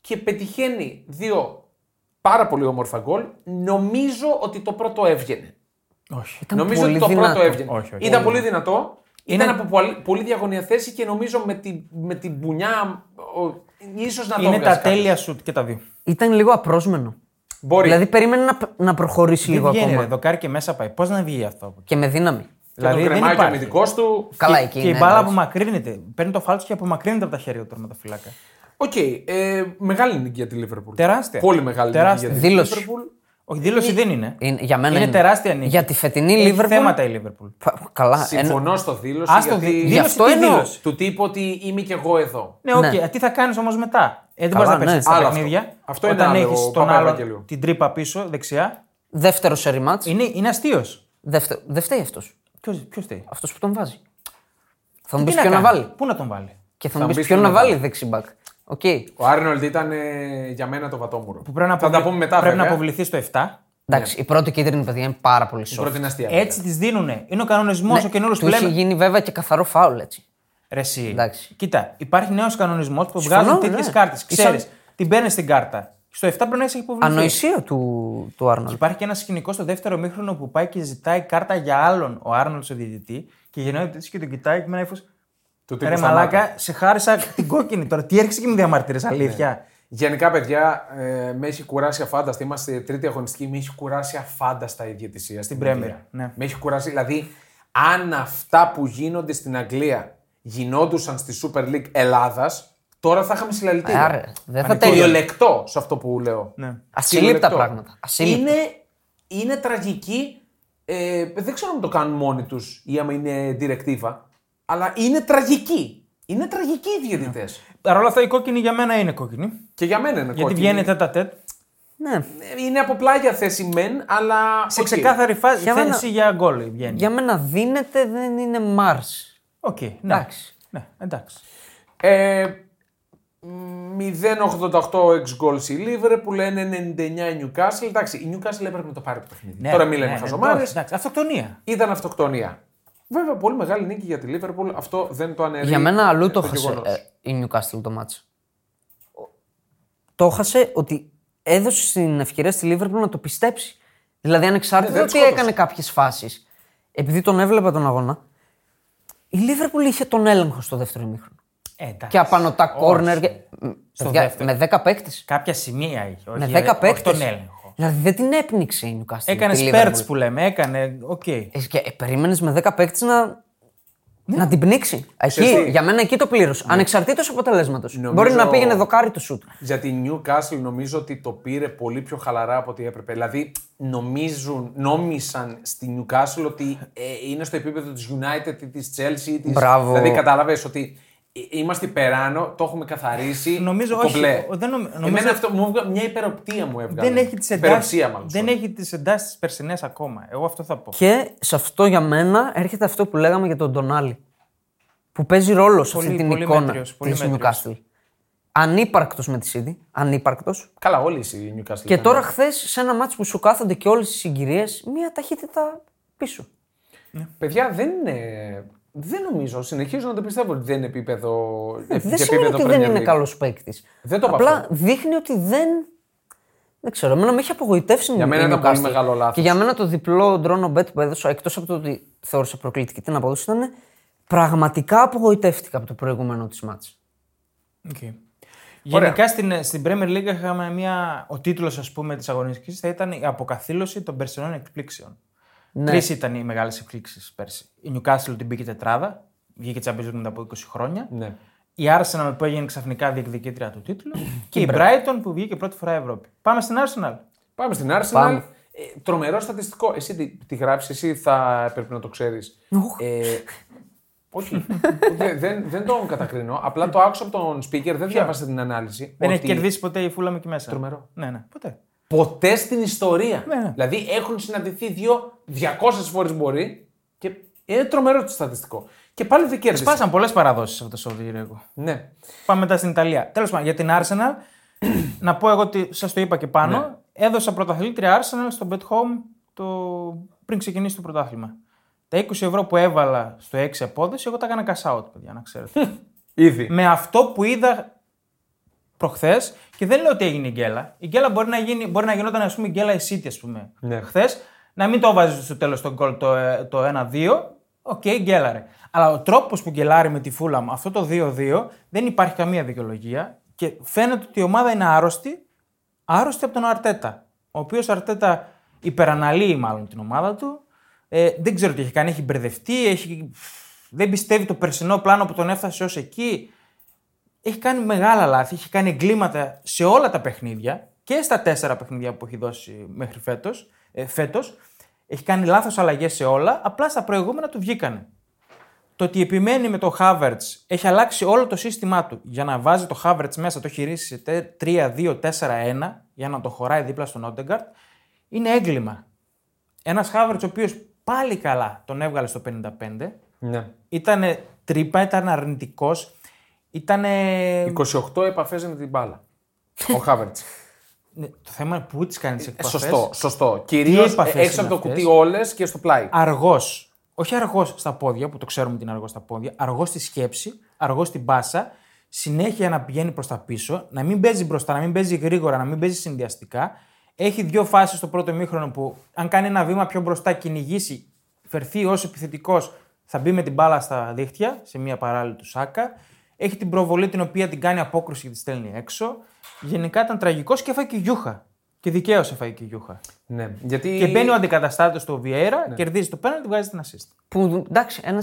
S1: και πετυχαίνει δύο πάρα πολύ όμορφα γκολ. Νομίζω ότι το πρώτο έβγαινε.
S3: Όχι.
S2: Ήταν
S1: νομίζω
S2: πολύ
S1: ότι το
S2: δυνατό.
S1: πρώτο έβγαινε.
S3: Όχι, όχι.
S1: Ήταν πολύ δυνατό.
S3: Είναι-
S1: Ήταν από πολύ, πολύ διαγωνία θέση και νομίζω με την, με την μπουνιά. Ο, ίσως να το
S3: Είναι
S1: έβγαζε
S3: τα
S1: κάποιος.
S3: τέλεια σουτ και τα δύο.
S2: Ήταν λίγο απρόσμενο.
S1: Μπορεί.
S2: Δηλαδή περίμενε να, να προχωρήσει
S3: Δεν
S2: λίγο
S3: βγαίνει,
S2: ακόμα.
S3: ρε, δοκάρι και μέσα πάει. Πώς να βγει αυτό από εκεί.
S2: Και με δύναμη.
S1: και δηλαδή, το κρεμάκι ο αμυντικός του.
S2: Καλά,
S3: Και-
S2: εκεί
S3: και η
S2: ναι,
S3: μπάλα
S2: εντάξει.
S3: απομακρύνεται. Παίρνει το φάλτσο και απομακρύνεται από τα χέρια του τερματοφυλάκα.
S1: Οκ. ε, μεγάλη νίκη για τη Λίβερπουλ.
S3: Τεράστια.
S1: Πολύ μεγάλη
S3: Τεράστια.
S1: νίκη για τη
S2: Δήλωση.
S1: Λίβερπουλ.
S3: Όχι, δήλωση δεν είναι.
S2: Είναι, για μένα
S3: Είναι τεράστια νίκη.
S2: Για τη φετινή
S3: Έχει
S2: Λίβερπουλ.
S3: θέματα η Λίβερπουλ.
S2: Καλά. Εν...
S1: Συμφωνώ στο δήλωση.
S3: Ας το
S1: γιατί-
S3: δει-
S2: Γι'
S3: δήλωση
S2: αυτό
S3: τι
S2: εννοώ.
S3: δήλωση.
S1: Του τύπου ότι είμαι και εγώ εδώ.
S3: Ναι, οκ.
S2: Ναι.
S3: Τι θα κάνεις όμως μετά. Ε, δεν
S2: Καλά,
S3: μπορείς να
S2: ναι.
S3: παίξει τα
S1: Άλλο
S3: παιχνίδια.
S1: αυτό. Αυτό είναι
S3: Όταν
S1: άλλο,
S3: έχεις
S1: ο
S3: τον άλλο
S1: Παπαευαγγελίου.
S3: την τρύπα πίσω, δεξιά.
S2: Δεύτερο σε ρημάτ.
S3: Είναι, είναι αστείος.
S2: Δεν φταίει αυτός.
S3: Ποιος θέλει.
S2: Αυτός που τον βάζει. Θα μου
S3: Τι
S2: πεις ποιον να
S3: κάνει,
S2: βάλει.
S3: Πού να τον βάλει.
S2: Και θα
S1: Θα
S2: μου
S1: μου
S2: πεις
S1: πεις
S2: ποιον
S1: ποιον
S2: να
S1: να
S2: βάλει δεξιμπακ. Οκ.
S1: Ο Άρνολντ ήταν ε, για μένα το βατόμουρο.
S3: Που πρέπει να,
S1: Θα τα
S3: αποβλη-
S1: πούμε μετά.
S3: πρέπει να
S1: βέβαια.
S3: αποβληθεί στο 7.
S2: Εντάξει, η πρώτη κίτρινη παιδιά είναι πάρα πολύ
S1: Η
S2: soft.
S1: Πρώτη είναι αστεία.
S3: Έτσι της δίνουνε. Είναι ο κανονισμός ο καινούριο
S2: Ναι. του
S3: που λέμε.
S2: είχε γίνει βέβαια και καθαρό φάουλ έτσι.
S3: Ρε εσύ.
S2: Εντάξει.
S3: Κοίτα, υπάρχει νέος κανονισμός που βγάζουν
S2: Συμφωνώ,
S3: τέτοιες
S2: ναι.
S3: κάρτες.
S2: Ήσαν-
S3: Ξέρεις, την παίρνεις την κάρτα. Στο 7 πρέπει να έχεις υποβληθεί.
S2: Ανοησία του, του Άρνολ.
S3: Υπάρχει και ένα σκηνικό στο δεύτερο μήχρονο που πάει και ζητάει κάρτα για άλλον ο Άρνολτ ο διαιτητή και γυρνάει ο διαιτητής και τον κοιτάει και με ένα ύφος.
S1: Του τύπου
S3: Ρε
S1: σταμάτα.
S3: μαλάκα, σε χάρισα την κόκκινη τώρα. Τι έρχεσαι και με διαμαρτύρε,
S1: Ναι.
S3: αλήθεια.
S1: Γενικά, παιδιά, ε, με έχει κουράσει αφάνταστα. Είμαστε τρίτη αγωνιστική. Με έχει κουράσει αφάνταστα η διαιτησία στην
S3: Premier,
S1: Αγγλία.
S3: ναι.
S1: Με έχει κουράσει. Δηλαδή, αν αυτά που γίνονται στην Αγγλία γινόντουσαν στη Super League Ελλάδας, τώρα θα είχαμε συλλαλητήρια.
S2: Άρα, δεν θα
S1: Πανικό.
S2: τέλειωνε.
S1: Κυριολεκτό σε αυτό που λέω.
S3: Ναι.
S2: Ασύλληπτα
S1: Κυριολεκτό.
S2: πράγματα. Ασύλληπτα.
S1: Είναι, είναι τραγική. Ε, δεν ξέρω αν το κάνουν μόνοι τους ή άμα είναι διρεκτίβα. Αλλά είναι τραγική. Είναι τραγικοί οι διαιτητές.
S2: Ναι.
S3: Παρ' όλα αυτά η κόκκινη για μένα είναι κόκκινη.
S1: Και για μένα είναι
S3: Γιατί
S1: κόκκινη.
S3: βγαίνει τέτα τέτ.
S2: Ναι.
S1: Είναι από πλάγια θέση μεν, αλλά.
S3: Σε
S1: οκ.
S3: ξεκάθαρη φάση
S2: Για μένα-
S3: θέση για γκολ βγαίνει.
S2: Για μένα δίνεται, δεν είναι Mars.
S3: Οκ, ναι.
S2: Εντάξει.
S3: Ναι, εντάξει.
S1: Ε, 0,88 εξ γκολ η Λίβερπουλ, 1,99 η Newcastle. Εντάξει, η Newcastle έπρεπε να το πάρει το παιχνίδι.
S3: Ναι,
S1: Τώρα μην λέμε
S3: ναι, ναι,
S1: χαζομάρες.
S3: εντάξει, εντάξει, Αυτοκτονία.
S1: Ήταν αυτοκτονία. Βέβαια, πολύ μεγάλη νίκη για τη Λίβερπουλ. Αυτό δεν το αναιρεί.
S2: Για μένα αλλού το
S1: ε,
S2: χάσε
S1: γεγονός.
S2: Δηλαδή, ε, η Newcastle το μάτς. Το χάσε ότι έδωσε την ευκαιρία στη Liverpool να το πιστέψει. Δηλαδή
S1: Ναι,
S2: ανεξάρτητα
S1: δεν
S2: ότι
S1: σκότωσε.
S2: έκανε κάποιες φάσεις. Επειδή τον έβλεπα τον αγώνα, η Liverpool είχε τον έλεγχο στο δεύτερο ημίχρονο.
S3: Ε, εντάξει.
S2: Και απανοτά κόρνερ. και- Μ, παιδιά,
S3: δεύτερο.
S2: με 10 παίκτες.
S3: Κάποια σημεία είχε. Όχι,
S2: Με
S3: ρε,
S2: 10
S3: όχι
S2: Ναι, παίκτες.
S3: Τον έλεγχο.
S2: Δηλαδή δεν την έπνιξε η Newcastle.
S3: Έκανε
S2: τη Liverpool.
S3: σπέρτ που λέμε, έκανε. Οκ.
S2: Ε, Και ε, περίμενες με 10 παίκτες να, να την πνίξει. Εκεί,
S1: Ξέρεις τι.
S2: για μένα εκεί το πλήρωσε. Ανεξαρτήτως αποτελέσματος.
S1: Νομίζω-
S2: Μπορεί να πήγαινε δοκάρι το σουτ.
S1: Για τη Newcastle νομίζω ότι το πήρε πολύ πιο χαλαρά από ό,τι έπρεπε. Δηλαδή, νομίζουν, νόμισαν στη Newcastle ότι ε, είναι στο επίπεδο της United ή της Chelsea ή της...
S2: Μπράβο.
S1: Δηλαδή, κατάλαβες ότι ε, είμαστε υπεράνω, το έχουμε καθαρίσει.
S3: Νομίζω όχι,
S1: κομπλέ.
S3: ο- δεν νομι- νομίζω-
S1: Εμένα αυτό μου έβγα- μια υπεροπτία μου έβγαλε.
S3: Δεν έχει τις εντάσεις.
S1: Υπεροψία μάλλον.
S3: Δεν έχει τις εντάσεις της περσινές ακόμα. Εγώ αυτό θα πω.
S2: Και σε αυτό για μένα έρχεται αυτό που λέγαμε για τον Ντονάλι. Που παίζει ρόλο σε
S3: Πολύ-
S2: αυτή την
S3: πολύ
S2: εικόνα
S3: μέτριος, πολύ
S2: της
S3: μέτριος.
S2: Newcastle. Ανύπαρκτος με τη Σίδη. Ανύπαρκτος.
S1: Καλά, όλοι οι Newcastle.
S2: Και
S1: ήταν.
S2: τώρα χθες σε ένα μάτσο που σου κάθονται και όλες οι συγκυρίες, μία ταχύτητα πίσω.
S1: Παιδιά, δεν είναι... Δεν νομίζω, συνεχίζω να το πιστεύω ότι δεν είναι επίπεδο.
S3: Ε,
S2: Δεν σημαίνει ότι δεν είναι καλός παίκτης.
S1: Δεν το είπα
S2: Απλά
S1: αυτό.
S2: δείχνει ότι δεν. Δεν ξέρω, εμένα με έχει απογοητεύσει
S1: Για
S2: η-
S1: μένα
S2: η
S1: ήταν πολύ
S2: Newcastle.
S1: μεγάλο λάθος.
S2: Και για μένα το διπλό drone bet που έδωσα, εκτός από το ότι θεώρησα προκλητική την απόδοση, ήταν πραγματικά απογοητεύτηκα από το προηγούμενο της μάτς.
S3: Οκ. Γενικά στην, στην Premier League είχαμε μια. Ο τίτλος ας πούμε της αγωνιστικής θα ήταν η αποκαθήλωση των περσινών εκπλήξεων. Ναι. Τρεις ήταν οι μεγάλες εκπλήξεις πέρσι. Η Newcastle την μπήκε τετράδα, βγήκε Champions League μετά από 20 χρόνια.
S1: Ναι.
S3: Η Arsenal που έγινε ξαφνικά διεκδικήτρια του
S1: <clears throat>
S3: τίτλου και η Brighton που βγήκε πρώτη φορά Ευρώπη. Πάμε στην Arsenal.
S1: Πάμε στην Arsenal.
S2: Πάμε.
S1: Ε, τρομερό στατιστικό. Εσύ τι, τι γράψεις, εσύ θα πρέπει να το ξέρεις. Ε, όχι. <laughs> δεν, δεν, δεν τον κατακρίνω. Απλά το άκουσα από τον speaker, δεν διάβασα την ανάλυση.
S3: Δεν
S1: ότι-
S3: έχει κερδίσει ποτέ η Φούλα με εκεί μέσα.
S1: Τρομερό.
S3: Ναι, ναι, ποτέ.
S1: ποτέ στην ιστορία.
S3: Ναι, ναι.
S1: Δηλαδή έχουν συναντηθεί δύο 200 φορές μπορεί και είναι τρομερό το στατιστικό. Και πάλι δεν κέρδισε.
S3: Σπάσαν πολλές παραδόσεις αυτό το Σαββατοκύριακο.
S1: Ναι.
S3: Πάμε μετά στην Ιταλία. Τέλος πάντων, για την Arsenal, <clears throat> να πω εγώ ότι σας το είπα και πάνω. Έδωσα πρωταθλήτρια Arsenal στο Bet Home το... πριν ξεκινήσει το πρωτάθλημα. Τα 20 ευρώ που έβαλα στο 6 απόδοση, εγώ τα έκανα cash out, παιδιά, να ξέρετε.
S1: Ήδη.
S3: με αυτό που είδα προχθές, και δεν λέω ότι έγινε η γκέλα. Η γκέλα μπορεί να, γίνει, μπορεί να γινόταν, ας πούμε, η γκέλα η City, ας πούμε,
S1: Ναι.
S3: χθες. Να μην το βάζεις στο τέλος τον γκολ το, ε, το 1-2. Οκ, γκέλαρε. Αλλά ο τρόπος που γκελάρει με τη Φούλαμ αυτό το 2-2 δεν υπάρχει καμία δικαιολογία και φαίνεται ότι η ομάδα είναι άρρωστη. Άρρωστη από τον Αρτέτα. Ο οποίος Αρτέτα υπεραναλύει μάλλον την ομάδα του. Ε, δεν ξέρω τι έχει κάνει. Έχει μπερδευτεί, έχει... δεν πιστεύει το περσινό πλάνο που τον έφτασε ως εκεί έχει κάνει μεγάλα λάθη, έχει κάνει εγκλήματα σε όλα τα παιχνίδια και στα τέσσερα παιχνίδια που έχει δώσει μέχρι φέτος, ε, φέτος. Έχει κάνει λάθος αλλαγές σε όλα, απλά στα προηγούμενα του βγήκανε. Το ότι επιμένει με το Havertz έχει αλλάξει όλο το σύστημά του για να βάζει το Havertz μέσα, το έχει ρίσει σε 3-2-4-1 για να το χωράει δίπλα στον Όντεγκαρτ, είναι έγκλημα. Ένας Havertz ο οποίος πάλι καλά τον έβγαλε στο 55,
S1: Ναι.
S3: ήταν τρύπα, ήταν αρνητικός, ήταν
S1: 28 επαφές με την μπάλα. Ο Χάβερτ.
S3: Ναι, το θέμα είναι πού τις κάνεις τι εκπαιδεύσει.
S1: σωστό, σωστό. Κυρίως
S3: επαφές
S1: έξω
S3: είναι
S1: από το
S3: αυτές?
S1: κουτί όλες και στο πλάι.
S3: Αργός. Όχι αργός στα πόδια, που το ξέρουμε ότι είναι αργός στα πόδια. Αργός στη σκέψη, αργός στην πάσα. Συνέχεια να πηγαίνει προς τα πίσω, να μην παίζει μπροστά, να μην παίζει γρήγορα, να μην παίζει συνδυαστικά. Έχει δύο φάσεις στο πρώτο μήχρονο που, αν κάνει ένα βήμα πιο μπροστά, κυνηγήσει, φερθεί ως επιθετικός, θα μπει με την μπάλα στα δίχτυα, σε μια παράλληλη του Σάκα. Έχει την προβολή την οποία την κάνει απόκρουση και τη στέλνει έξω. Γενικά ήταν τραγικός και έφαγε και γιούχα. Και δικαίως έφαγε και γιούχα.
S1: Ναι. Γιατί...
S3: Και μπαίνει ο αντικαταστάτης του Βιέρα,
S2: Ναι.
S3: κερδίζει το πέναντι, βγάζει την assist.
S2: Που εντάξει, ένας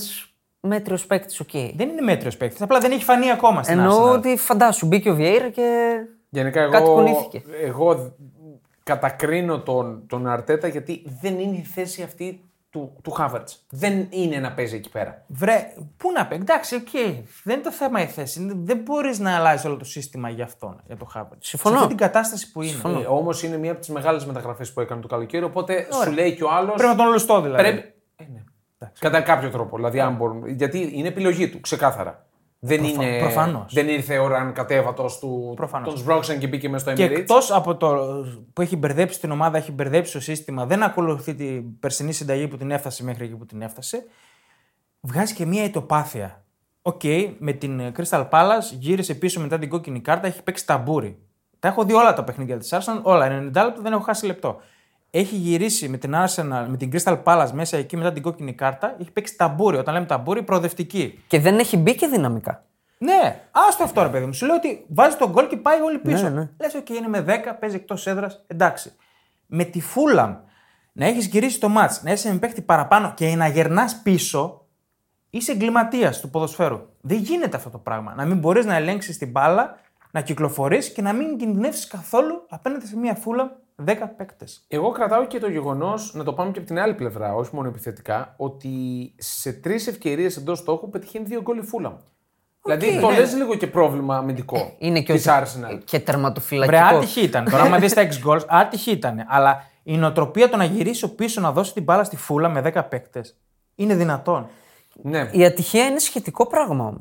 S2: μέτριος παίκτης, οκ.
S3: Δεν είναι μέτριος παίκτης, απλά δεν έχει φανεί ακόμα στην
S2: Εννοώ
S3: Arsenal.
S2: ότι φαντάσου, μπήκε ο Βιέιρα και.
S1: Γενικά εγώ,
S2: Κάτι κουνήθηκε.
S1: εγώ κατακρίνω τον, τον Αρτέτα γιατί δεν είναι η θέση αυτή του, του Χάβερτς. Δεν είναι να παίζει εκεί πέρα.
S3: Βρε, πού να πει, εντάξει, οκ. Δεν είναι το θέμα η θέση. είναι- Δεν μπορείς να αλλάζεις όλο το σύστημα για αυτόν, για το Χάβερτ.
S2: Συμφωνώ.
S3: Σε αυτή την κατάσταση που είναι.
S1: Ε, Όμως είναι μία από τις μεγάλες μεταγραφές που έκανε το καλοκαίρι. Οπότε σου λέει και ο άλλος.
S3: Πρέπει να τον λουστώ δηλαδή.
S1: Κατά κάποιο τρόπο. Δηλαδή, αν μπορούν, γιατί είναι επιλογή του, ξεκάθαρα. Δεν είναι.
S3: προφανώς.
S1: Δεν ήρθε ο Ραν κατέβατος του.
S3: Προφανώς.
S1: Τον σμπρώξαν και μπήκε μέσα στο
S3: Και
S1: Emirates.
S3: εκτός από το που έχει μπερδέψει την ομάδα, έχει μπερδέψει το σύστημα, δεν ακολουθεί την περσινή συνταγή που την έφτασε μέχρι εκεί που την έφτασε, βγάζει και μία ετοπάθεια. Οκ, με την ε, Crystal Palace γύρισε πίσω μετά την κόκκινη κάρτα, έχει παίξει ταμπούρι. Τα έχω δει όλα τα παιχνίδια της Arsenal, όλα 90 λεπτά, δεν έχω χάσει λεπτό. Έχει γυρίσει με την Arsenal, με την Crystal Palace μέσα εκεί μετά την κόκκινη κάρτα, έχει παίξει ταμπούρι. Όταν λέμε ταμπούρι, προοδευτική.
S2: Και δεν έχει μπει και δυναμικά.
S3: Ναι, άστο αυτό ρε παιδί μου. Σου λέω ότι βάζει τον γκολ και πάει όλοι πίσω.
S2: Ναι, ναι.
S3: Λες ότι είναι με 10, παίζει εκτός έδρας. Εντάξει. Με τη φούλαμ να έχεις γυρίσει το μάτ, να είσαι με παίχτη παραπάνω και να γερνάς πίσω, είσαι εγκληματίας του ποδοσφαίρου. Δεν γίνεται αυτό το πράγμα. Να μην μπορείς να ελέγξεις την μπάλα, να κυκλοφορείς και να μην κινδυνεύσεις καθόλου απέναντι σε μια φούλαμ 10 παίκτες.
S1: Εγώ κρατάω και το γεγονός, να το πάμε και από την άλλη πλευρά, όχι μόνο επιθετικά, ότι σε τρεις ευκαιρίες εντός στόχου πετυχαίνει δύο γκολ η Φούλαμ. δηλαδή το
S3: ναι.
S1: λες λίγο και πρόβλημα αμυντικό
S2: Ε, Είναι και,
S1: της
S2: ο-
S1: Arsenal.
S2: και
S3: Βρε,
S2: τερματοφυλακικό.
S3: άτυχη ήταν. Τώρα, άμα δεις τα 6 goals, άτυχη ήταν. Αλλά η νοοτροπία το να γυρίσω πίσω να δώσει την μπάλα στη φούλα με 10 παίκτες είναι δυνατόν.
S1: Ναι.
S2: Η ατυχία είναι σχετικό πράγμα όμως.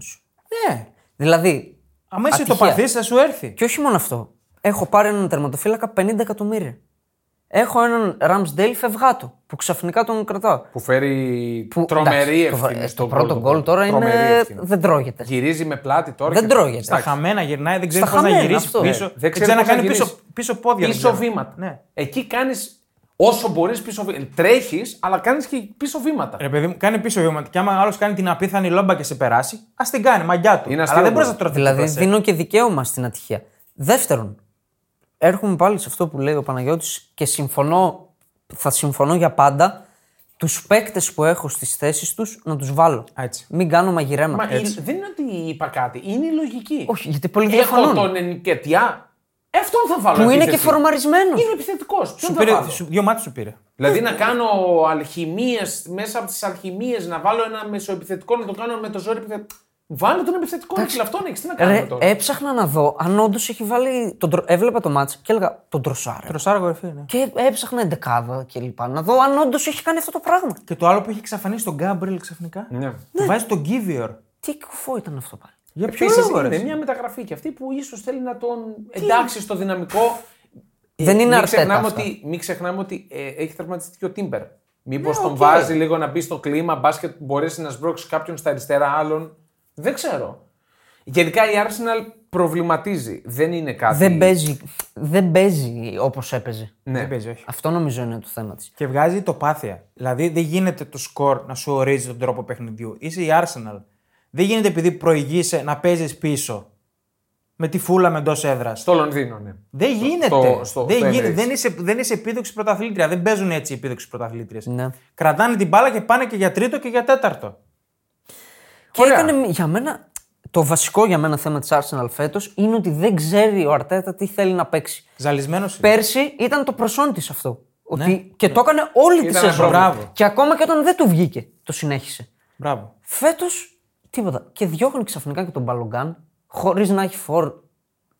S3: Ναι.
S2: Δηλαδή.
S3: Άμα είσαι το
S2: ατυχία.
S3: παθή, θα σου έρθει.
S2: Και όχι μόνο αυτό. Έχω πάρει έναν τερματοφύλακα 50 εκατομμύρια. Έχω έναν Ramsdale φευγάτο που ξαφνικά τον κρατάω.
S1: Που φέρει
S2: Που,
S1: τρομερή
S2: εντάξει, το-
S1: ευθύνη
S2: ε, Το
S1: στον
S2: πρώτο
S1: γκολ,
S2: γκολ τώρα
S1: Τρομερή
S2: είναι.
S1: ευθύνη.
S2: Δεν τρώγεται.
S1: Γυρίζει με πλάτη τώρα.
S2: Δεν
S1: και-
S2: τρώγεται.
S3: Στα
S1: Εντάξει,
S3: χαμένα γυρνάει, δεν ξέρει
S2: Στα
S3: πώς να
S2: χαμένα,
S3: γυρίσει
S2: αυτό.
S3: πίσω.
S2: Ναι.
S1: Δεν
S3: Δεν
S1: ξέρει
S3: ξέρει να
S1: πώς να
S3: κάνει πίσω,
S1: γυρίσει.
S3: πίσω πόδια.
S1: πίσω
S3: δεν ξέρω.
S1: βήματα.
S3: Ναι.
S1: Εκεί κάνεις όσο μπορείς πίσω βήματα. Τρέχεις, αλλά κάνεις και πίσω βήματα.
S2: Ε,
S3: Ρε παιδί μου, κάνει πίσω βήματα. Και άμα άλλος κάνει την απίθανη λόμπα και σε περάσει, ας την κάνει, μαγιά του.
S1: Είναι αστείο
S3: Αλλά δεν
S1: μόνο.
S3: μπορεί να τρώει
S2: Δηλαδή
S3: τίποτα σε.
S2: δίνω και δικαίωμα στην ατυχία. Δεύτερον, έρχομαι πάλι σε αυτό που λέει ο Παναγιώτης και συμφωνώ, θα συμφωνώ για πάντα τους παίκτες που έχω στις θέσεις τους να τους βάλω.
S3: Έτσι.
S2: Μην κάνω μαγειρέματα.
S1: Μα η- δεν είναι ότι είπα κάτι, είναι η λογική.
S2: Όχι, γιατί πολλοί
S1: Έχω
S2: διαφωνούν.
S1: τον Ενικετιά, ε, αυτόν θα βάλω.
S2: Που είναι και
S1: επίθεση.
S2: φορμαρισμένος.
S1: Είναι επιθετικός. Ποιον
S3: Σου
S1: θα
S3: πήρε,
S1: βάλω.
S3: σου, δύο μάτια σου πήρε.
S1: Δηλαδή να κάνω αλχημίες μέσα από τις αλχημίες, να βάλω ένα μεσοεπιθετικό, να το κάνω με το ζόρι επιθε- Βάλε τον επιθετικό Μίτσελ αυτόν έχει. Τι να κάνουμε
S2: Ρε, ε-
S1: τώρα.
S2: έψαχνα να δω αν όντως έχει βάλει. Τον, τρο- έβλεπα το μάτς και έλεγα τον τροσάρε.
S3: Τροσάρα κορυφή, ναι.
S2: Και έψαχνα εντεκάδα κλπ. Να δω αν όντως έχει κάνει αυτό το πράγμα.
S3: Και το άλλο που έχει εξαφανίσει τον Γκάμπριλ ξαφνικά.
S1: Ναι.
S3: Του βάζει τον Γκίβιορ.
S2: Τι κουφό ήταν αυτό πάλι.
S3: Για ποιο
S1: Επίσης,
S3: λόγο, ρε,
S1: είναι
S3: εσύ?
S1: μια μεταγραφή και αυτή που ίσως θέλει να τον εντάξει στο δυναμικό.
S3: Ε,
S2: Δεν είναι
S1: μην
S2: αρτέτα
S1: ξεχνάμε,
S2: αυτά.
S1: ότι, μην ξεχνάμε ότι ε, έχει τραυματιστεί και ο Τίμπερ. Μήπως
S3: Ναι,
S1: τον
S3: οκ.
S1: βάζει λίγο να μπει στο κλίμα, μπάσκετ μπορέσει να σμπρώξει κάποιον στα αριστερά άλλων. Δεν ξέρω. Γενικά η Arsenal προβληματίζει. Δεν είναι κάτι.
S2: Δεν παίζει, δεν παίζει όπως έπαιζε.
S1: Ναι.
S3: Δεν παίζει, όχι.
S2: Αυτό νομίζω είναι το θέμα της.
S3: Και βγάζει το πάθεια. Δηλαδή δεν γίνεται το σκορ να σου ορίζει τον τρόπο παιχνιδιού. Είσαι η Arsenal. Δεν γίνεται επειδή προηγείσαι να παίζεις πίσω. Με τη φούλα με εντός έδρας.
S1: Στο Λονδίνο, ναι.
S3: Δεν γίνεται.
S1: στο- στο-
S3: δεν,
S1: στο
S3: γίνεται.
S1: Emirates.
S3: δεν, είσαι, δεν είσαι επίδοξη πρωταθλήτρια. Δεν παίζουν έτσι οι επίδοξε πρωταθλήτριες.
S2: Ναι.
S3: Κρατάνε την μπάλα και πάνε και για τρίτο και για τέταρτο.
S2: Και έκανε για μένα. Το βασικό για μένα θέμα της Arsenal φέτος είναι ότι δεν ξέρει ο Αρτέτα τι θέλει να παίξει.
S3: Ζαλισμένος.
S2: Πέρσι ήταν το προσόν της αυτό. Ότι και το έκανε όλη τη
S1: Ήταν
S2: σεζόν.
S1: πρόβλημα.
S3: Μπράβο.
S2: Και ακόμα και όταν δεν του βγήκε, το συνέχισε.
S3: Μπράβο.
S2: Φέτος τίποτα. Και διώχνει ξαφνικά και τον Μπαλογκάν, χωρίς να έχει φόρ.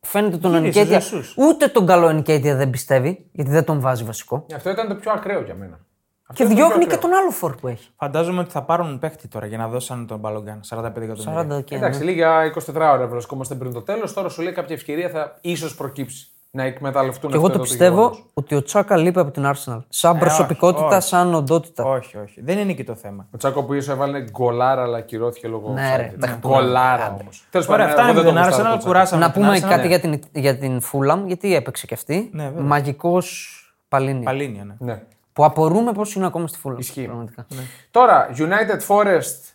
S2: Φαίνεται τον
S3: Γύρισε,
S2: Ενικέτια.
S3: Ζεσούς.
S2: Ούτε τον καλό Ενικέτια δεν πιστεύει, γιατί δεν τον βάζει βασικό.
S1: Αυτό ήταν το πιο ακραίο για μένα. Αυτό
S2: Και
S1: ήταν το πιο
S2: διώχνει και
S1: ακραίο.
S2: τον άλλο φόρ που έχει.
S3: Φαντάζομαι ότι θα πάρουν παίχτη τώρα για να δώσουν τον Μπαλογκάν. 45 εκατομμύρια.
S2: 40 και.
S1: Εντάξει, λίγα 24 ώρα βρισκόμαστε πριν το τέλος. Τώρα σου λέει κάποια ευκαιρία θα ίσως προκύψει να εκμεταλλευτούν
S2: Και εγώ
S1: αυτό
S2: το
S1: εδώ γεγονός.
S2: πιστεύω ότι ο Τσάκα λείπει από την Arsenal. Σαν προσωπικότητα,
S3: όχι.
S2: σαν οντότητα.
S3: Όχι, όχι. Δεν είναι εκεί το θέμα.
S1: Ο Τσάκο που ίσω έβαλε γκολάρα, αλλά κυρώθηκε λόγω.
S2: Ναι,
S1: offside.
S2: ρε, τα χτυπάμε.
S1: Γκολάρα όμως. Τέλος
S3: Ωραία, αυτά είναι με την Arsenal. Κουράσαμε.
S2: Να
S3: την
S2: πούμε
S3: Arsenal.
S2: κάτι για, την, για την Fulham, γιατί έπαιξε κι αυτή.
S3: Ναι, βέβαια.
S2: Μαγικός Παλίνη.
S3: Παλίνια, ναι.
S1: Ναι.
S2: Που απορούμε πώς είναι ακόμα στη Fulham.
S1: Ισχύει.
S2: Πραγματικά.
S1: Τώρα, United Forest.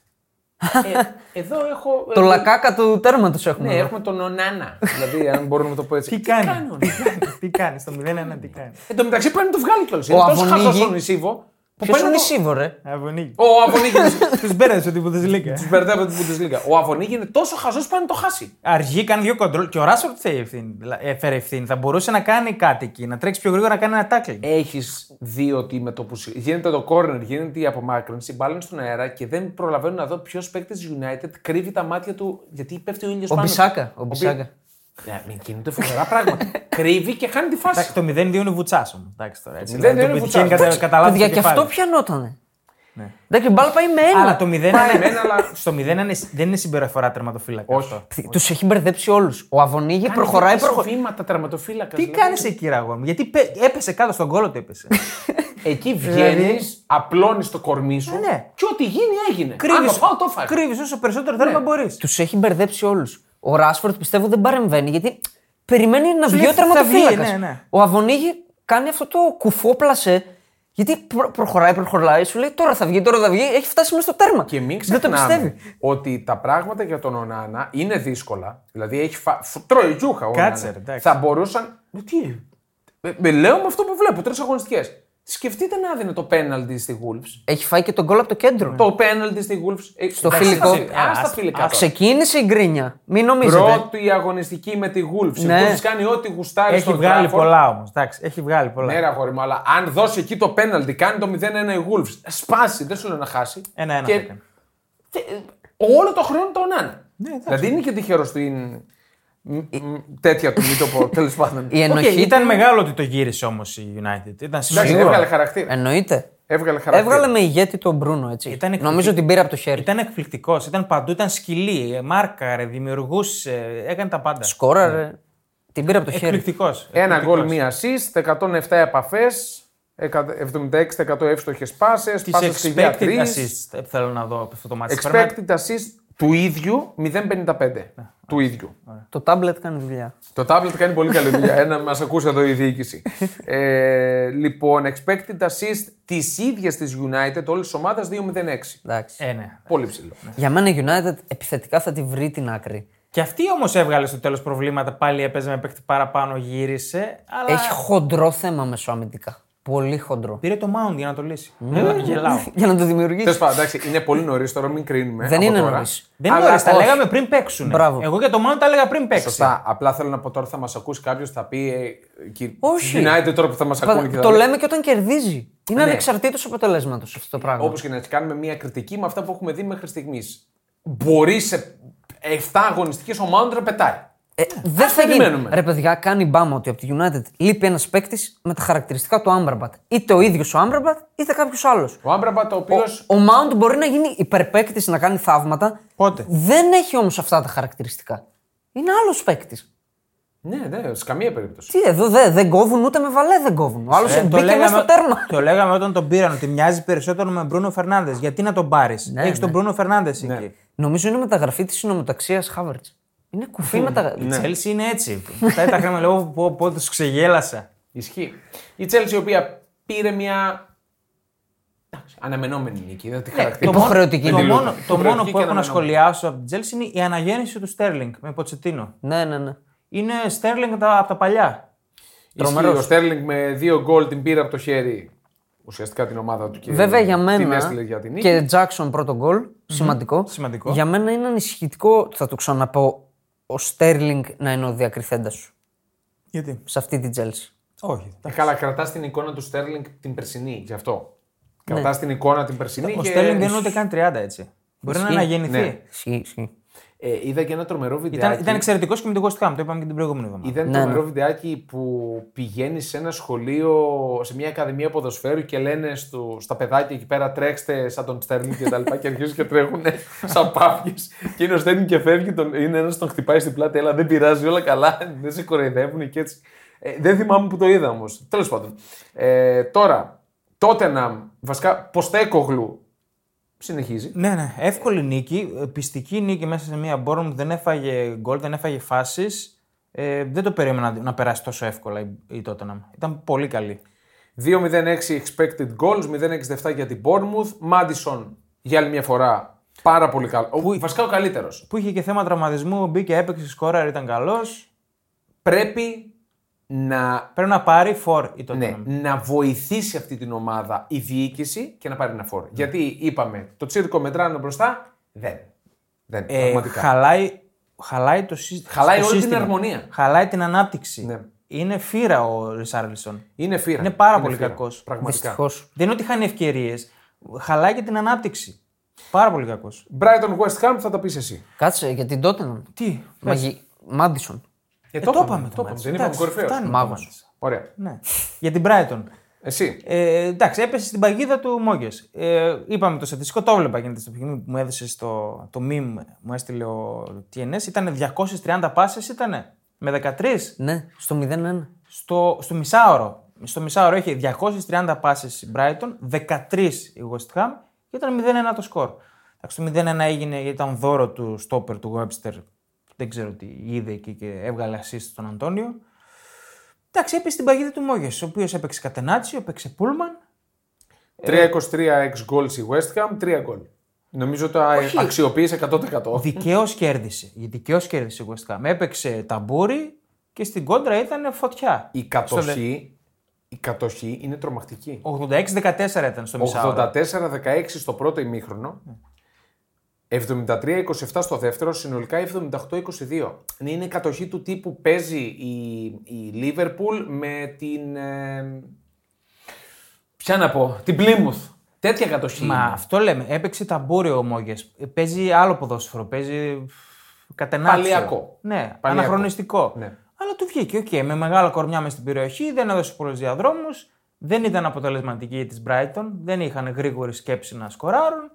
S1: ε, εδώ έχω.
S2: Το
S1: ε,
S2: λακάκα του τέρματος έχουμε.
S1: Ναι,
S2: εδώ.
S1: έχουμε τον Ονάνα. δηλαδή, αν μπορούμε να το πω έτσι.
S3: Τι
S1: κάνω,
S3: κάνει.
S1: ναι.
S3: τι κάνει. Στο 0-1 τι κάνει.
S1: Εν τω μεταξύ πρέπει να Ε, το βγάλει κιόλας. Είναι τόσο
S2: Αβωνίγη-
S1: χαζός στον Ισίβο. Που
S2: Ποιο είναι
S1: παίρνει.
S2: Ισίβο, ρε.
S3: Αβωνίγη.
S1: Ο Αβωνίγη.
S3: Τους μπέρδεσε ότι Bundesliga.
S1: <laughs> Τους μπερδεύω την Bundesliga. Ο Αβωνίγη είναι τόσο χαζός που πάνε το χάσει.
S3: Αργεί, κάνει δύο κοντρόλ. Και ο Ράσορντ θέλει ευθύνη. δηλα- ε, φέρε ευθύνη. Θα μπορούσε να κάνει κάτι εκεί. Να τρέξει πιο γρήγορα να κάνει ένα τάκλι.
S1: Έχεις δει ότι με το που συ- γίνεται το corner, γίνεται η απομάκρυνση, η μπάλα είναι στον αέρα και δεν προλαβαίνω να δω ποιος παίκτης United κρύβει τα μάτια του γιατί πέφτει ο ήλιος
S2: Ο
S1: πάνω. του.
S2: Μπισάκα. Ο
S1: Ο
S2: Μπισάκα.
S1: Ναι, μην κινούνται φοβερά
S2: <laughs>
S1: πράγματα. κρύβει και χάνει τη
S3: Εντάξει,
S1: φάση.
S3: το 0-2 είναι βουτσάς όμως. Εντάξει τώρα. Έτσι,
S1: Το
S3: δηλαδή,
S1: 0-2
S3: το
S1: είναι
S3: πετυχαίνει
S1: βουτσάς.
S3: κατά- κατά λάθος
S2: Παιδιά,
S3: το
S2: και αυτό
S3: κεφάλι.
S2: πιανότανε. Εντάξει, η μπάλα πάει με
S3: Αλλά
S2: ένα.
S3: το 0
S1: Πάει
S3: είναι.
S1: εμένα, αλλά-
S3: Στο 0 είναι, δεν είναι συμπεριφορά τερματοφύλακα.
S1: Όχι.
S3: αυτό.
S2: Τους έχει μπερδέψει όλους. Ο Αβωνίγη προχωράει, προχωράει.
S1: Βήματα τερματοφύλακας.
S3: Τι κάνεις εκεί, ραγό μου, γιατί πέ- έπεσε κάτω στον κόλλο του
S1: <laughs>
S3: έπεσε.
S1: Εκεί
S2: Δηλαδή-
S1: βγαίνεις, απλώνεις το κορμί
S2: Ε,
S1: σου
S3: Ναι.
S1: και ό,τι γίνει έγινε. Αν το πάω, το Ναι. φάει.
S3: κρύβεις όσο περισσότερο θέλεις να μπορείς.
S2: Τους έχει μπερδέψει όλους. Ο Ράσφορντ πιστεύω δεν παρεμβαίνει γιατί περιμένει να βγει
S3: λέει
S2: ο
S3: θα
S2: τερματοφύλακα.
S3: βγει, ναι, ναι.
S2: Ο Αβωνίγη κάνει αυτό το κουφό πλασέ. Γιατί προ- προχωράει, προχωράει, σου λέει τώρα θα βγει, τώρα θα βγει. Έχει φτάσει μέσα στο τέρμα.
S1: Και μην
S2: δεν το
S1: ξεχνάμε
S2: πιστεύει.
S1: ότι τα πράγματα για τον Ονάνα είναι δύσκολα. Δηλαδή έχει φα... φ- τρώει γιούχα ο
S3: Κάτσε,
S1: Ονάνα.
S3: εντάξει.
S1: Θα μπορούσαν. Με τι. Με, με λέω με αυτό που βλέπω, τρεις αγωνιστικές. Σκεφτείτε να δίνει το πέναλτι στη Wolves.
S2: Έχει φάει και τον κόλλο από το κέντρο.
S1: Το πέναλτι στη Wolves. ε,
S2: Στο
S1: εντάξει,
S2: φιλικό.
S1: ας τα- ας τα φιλικά. τώρα.
S2: Ξεκίνησε η γκρίνια. Μην νομίζετε.
S1: Πρώτη αγωνιστική με τη Wolves. Η
S2: Ναι.
S1: Wolves κάνει ό,τι γουστάρει
S3: Έχει
S1: στον
S3: βγάλει
S1: Trafford.
S3: πολλά όμως. Έχει βγάλει πολλά.
S1: Ναι, ρε αγόρι μου, αλλά αν δώσει εκεί το πέναλτι, κάνει το 0-1 η Wolves. Σπάσει, δεν σου λέω να χάσει.
S3: Ένα-ένα
S1: Και-
S3: θα έκανε.
S1: και, ε, Όλο το χρόνο τον Ονάνα.
S3: Ναι, εντάξει.
S1: δηλαδή είναι και τυχερός στην. μ, μ, τέτοια του, μην το πω, τέλος πάντων.
S2: Η
S3: Οκ,
S2: ενοχή.
S3: ήταν μεγάλο ότι το γύρισε όμως η United. Ήταν
S1: Εντάξει,
S3: σίγουρο.
S1: έβγαλε χαρακτήρα.
S2: Εννοείται.
S1: Έβγαλε χαρακτήρα.
S2: Ε, Έβγαλε με ηγέτη τον Μπρούνο έτσι.
S3: Ήταν εκπληκτικό.
S2: Νομίζω την πήρε από το χέρι.
S3: Ήταν εκπληκτικός. Ήταν παντού, ήταν σκυλή. ε, Μάρκαρε, δημιουργούσε, έκανε τα πάντα.
S2: Σκόραρε.
S3: Ναι.
S2: Την πήρε από το χέρι.
S3: Εκπληκτικός.
S1: Ένα γκολ, μία assist, 107 επαφέ, 76% εύστοχες πάσες,
S3: Τις
S1: πάσες στη
S3: expected
S1: διατρή.
S3: assists ε, θέλω να δω από αυτό το μάτι.
S1: Expected assist του ίδιου 0,55.
S3: Ναι,
S1: Του ίδιου.
S2: Το τάμπλετ κάνει δουλειά.
S1: Το tablet κάνει πολύ καλή δουλειά. Ένα μας ακούσει εδώ η διοίκηση. ε, λοιπόν, expected assist της ίδιας της United όλης της ομάδας 2,06.
S2: Εντάξει.
S3: Ε, ναι.
S1: Πολύ ψηλό.
S2: Για μένα η United επιθετικά θα τη βρει την άκρη.
S3: Και αυτή όμως έβγαλε στο τέλος προβλήματα. Πάλι έπαιζε με παίκτη παραπάνω, γύρισε. Αλλά
S2: Έχει χοντρό θέμα μεσοαμυντικά. Πολύ χοντρό.
S3: πήρε το Mount για να το λύσει.
S1: Ναι.
S3: Γελά- Γελάω.
S2: <laughs> Για να το
S1: Τέλο
S2: δημιουργήσει.
S1: πάντων, εντάξει, είναι πολύ νωρίς τώρα, μην κρίνουμε.
S2: Δεν
S1: από
S2: είναι
S1: τώρα.
S2: νωρίς.
S3: Δεν είναι
S1: Αλλά
S3: ωραία, τα
S1: όχι.
S3: λέγαμε πριν παίξουν.
S2: Μπράβο.
S3: Εγώ για το Mount τα έλεγα πριν παίξουν.
S1: Σωστά. Απλά θέλω να πω τώρα θα μας ακούσει κάποιος, θα πει. Ε, κυ-
S2: Όχι.
S1: United τώρα που θα μας ακούνε και θα
S2: Το λέμε και όταν κερδίζει.
S1: Ναι.
S2: Είναι ανεξαρτήτω αποτελέσματος αυτό το πράγμα.
S1: Όπως και να έχει, κάνουμε μια κριτική με αυτά που έχουμε δει μέχρι στιγμής. Μπορεί σε 7 αγωνιστικές ο Μάουντρε πετάει.
S2: Ε, δεν θα γίνει.
S1: περιμένουμε.
S2: Ρε παιδιά, κάνει μπάμα ότι από τη United λείπει ένας παίκτης με τα χαρακτηριστικά του Άμπραμπατ. Είτε ο ίδιος ο Άμπραμπατ, είτε κάποιος άλλος.
S1: Ο Άμπραμπατ, ο οποίος.
S2: Ο Mount μπορεί να γίνει υπερπαίκτη, να κάνει θαύματα.
S3: Πότε?
S2: Δεν έχει όμως αυτά τα χαρακτηριστικά. Είναι άλλος παίκτης.
S1: Ναι, ναι, σε καμία περίπτωση.
S2: Τι εδώ δε- δεν κόβουν ούτε με βαλέ δεν κόβουν. Ο άλλος
S3: Ε,
S2: μπήκε μέσα στο τέρμα.
S3: το λέγαμε όταν τον πήραν ότι μοιάζει περισσότερο με Μπρούνο Φερνάνδε. Γιατί να τον πάρεις.
S2: Ναι,
S3: Έχεις
S2: ναι.
S3: τον Μπρούνο Φερνάνδε εκεί.
S2: Νομίζω είναι μεταγραφή της συνομοταξίας Χάβερτ. Είναι κουφή μεταγραφή.
S1: ναι.
S3: Η Τσέλση είναι έτσι. Αυτά τα είχαμε λόγω που πω, τους ξεγέλασα.
S1: Ισχύει. Η Τσέλση η οποία πήρε μια. εντάξει, Αναμενόμενη νίκη, δεν τη χαρακτηρίζω.
S2: υποχρεωτική.
S3: Το
S2: Με τη
S3: μόνο,
S1: Λούτον.
S3: το μόνο
S1: Υποχρεωτική
S3: που
S1: και
S3: έχω να
S1: αναμενόμενη.
S3: σχολιάσω από την Τσέλση είναι η αναγέννηση του Στέρλινγκ με Ποτσετίνο.
S2: Ναι, ναι, ναι.
S3: Είναι Στέρλινγκ τα- από τα παλιά.
S1: Ισχύει, ο Στέρλινγκ με δύο γκολ την πήρε από το χέρι. Ουσιαστικά την ομάδα του και
S2: Βέβαια για
S1: την
S2: μένα.
S1: έστειλε για την νίκη.
S2: και Τζάξον πρώτο γκολ. σημαντικό.
S3: Σημαντικό.
S2: Για μένα είναι ανησυχητικό, θα το ξαναπώ, ο Στέρλινγκ να είναι ο διακριθέντας σου
S3: Γιατί.
S2: σε αυτή την Τζέλση.
S3: Όχι.
S1: Ε, Καλά, κρατάς την εικόνα του Στέρλινγκ την περσινή, γι' αυτό. Κρατάς την εικόνα την περσινή.
S3: Ο
S1: και-
S3: Στέρλινγκ δεν είναι ούτε καν 30 έτσι. Μπορεί να
S2: Ισχύει.
S3: αναγεννηθεί.
S1: Ναι.
S2: Ισχύει, ισχύει.
S1: Ε, είδα και ένα τρομερό
S3: Ήταν,
S1: βιντεάκι.
S3: ήταν εξαιρετικός και με την West Ham, το είπαμε και την προηγούμενη εβδομάδα.
S1: Είδα ένα τρομερό βιντεάκι που πηγαίνει σε ένα σχολείο, σε μια ακαδημία ποδοσφαίρου και λένε στο, στα παιδάκια εκεί πέρα τρέξτε σαν τον Στέρλινγκ και τα λοιπά. και αρχίζουν και τρέχουν σαν πάπιες. και είναι ο Στέρλινγκ και φεύγει, τον, είναι ένας τον χτυπάει στην πλάτη, αλλά δεν πειράζει όλα καλά, <laughs> δεν σε κοροϊδεύουν και έτσι. Ε, δεν θυμάμαι που το είδα όμως. Τέλος πάντων. Ε, τώρα, τότε να. Βασικά, Ποστέκογλου συνεχίζει.
S3: Ναι, ναι. Εύκολη νίκη. ε, Πιστική νίκη μέσα σε μία Μπόρμουντ. Δεν έφαγε γκολ, δεν έφαγε φάσεις. Ε, δεν το περίμενα να, να περάσει τόσο εύκολα η, η Tottenham. Ήταν πολύ καλή.
S1: 2-0-6 expected goals, 0-67 για την Bournemouth. Μάντισον για άλλη μια φορά πάρα πολύ καλό. Ο, βασικά ο καλύτερος.
S3: Που είχε και θέμα τραυματισμού, μπήκε, έπαιξε, σκόραρε, ήταν καλός.
S1: Πρέπει να,
S3: Πρέπει να πάρει φορ η Tottenham.
S1: ναι, να βοηθήσει αυτή την ομάδα η διοίκηση και να πάρει ένα
S3: Ναι.
S1: φόρο. Γιατί είπαμε, το τσίρκο μετράνε μπροστά. Δεν. Δεν.
S3: Ε,
S1: πραγματικά.
S3: χαλάει, χαλάει το, σύ-
S1: Χαλάει
S3: το
S1: όλη την
S3: σύστημα.
S1: αρμονία.
S3: Χαλάει την ανάπτυξη.
S1: Ναι.
S3: Είναι φύρα ο Ρισάρλισον.
S1: Είναι φύρα.
S3: είναι πάρα πολύ
S1: φύρα.
S3: κακός.
S1: Πραγματικά.
S2: Δυστυχώς.
S3: Δεν είναι ότι χάνει ευκαιρίες. Χαλάει και την ανάπτυξη. Πάρα πολύ κακός.
S1: Brighton West Ham θα τα πεις εσύ.
S2: Κάτσε για την Tottenham.
S3: Τι.
S2: Μαγι... Μάντισον.
S1: Ε,
S3: Ε, το είπαμε.
S1: Το είπαμε. Δεν είπαμε κορυφαίος.
S2: Μάγος.
S1: Ωραία.
S3: Ναι. Για την Brighton.
S1: Εσύ.
S3: Ε, εντάξει, έπεσε στην παγίδα του Μόγες. Ε, είπαμε το στατιστικό, το έβλεπα εκείνη τη στιγμή που μου έδωσε στο, το meme, μου έστειλε ο TNS. Ήταν 230 πάσε, ήταν με 13
S2: Ναι, στο 0-1.
S3: στο, στο μισάωρο. Στο μισάωρο είχε 230 πάσει η Brighton, 13 η West Ham και ήταν 0-1 το σκορ. Εντάξει, το 0-1 έγινε γιατί ήταν δώρο του στόπερ του Webster. Δεν ξέρω τι είδε εκεί και έβγαλε assist στον Αντώνιο. Εντάξει, έπεσε στην παγίδα του Μόγες, ο οποίος έπαιξε κατενάτσιο, έπαιξε Πούλμαν.
S2: Ε,
S1: 3-23 ex goals η West Ham, 3 goal. Νομίζω τα αξιοποίησε 100%.
S3: Δικαίως κέρδισε. Δικαίως κέρδισε η West Ham. Έπαιξε ταμπούρι και στην κόντρα ήταν φωτιά.
S1: Η
S3: Στο δε-
S1: κατοχή, η κατοχή είναι τρομακτική.
S3: 86-14 ήταν στο μισάωρο.
S1: 84-16 στο πρώτο ημίχρονο, 73-27 στο δεύτερο, συνολικά 78-22. Ναι, Είναι η κατοχή του τύπου παίζει η, η Liverpool με την... Ε, ποια να πω, την Plymouth. Τέτοια κατοχή.
S3: Μα
S1: είναι.
S3: αυτό λέμε. Έπαιξε ταμπούρι ο Μόγες. Παίζει άλλο ποδόσφαιρο. Παίζει κατενάτσιο.
S1: Παλιακό.
S3: Ναι,
S1: Παλιακό.
S3: αναχρονιστικό.
S1: Ναι.
S3: Αλλά του βγήκε. Οκ, με μεγάλα κορμιά μες στην περιοχή, δεν έδωσε πολλούς διαδρόμους. Δεν ήταν αποτελεσματική της Brighton. Δεν είχαν γρήγορη σκέψη να σκοράρουν.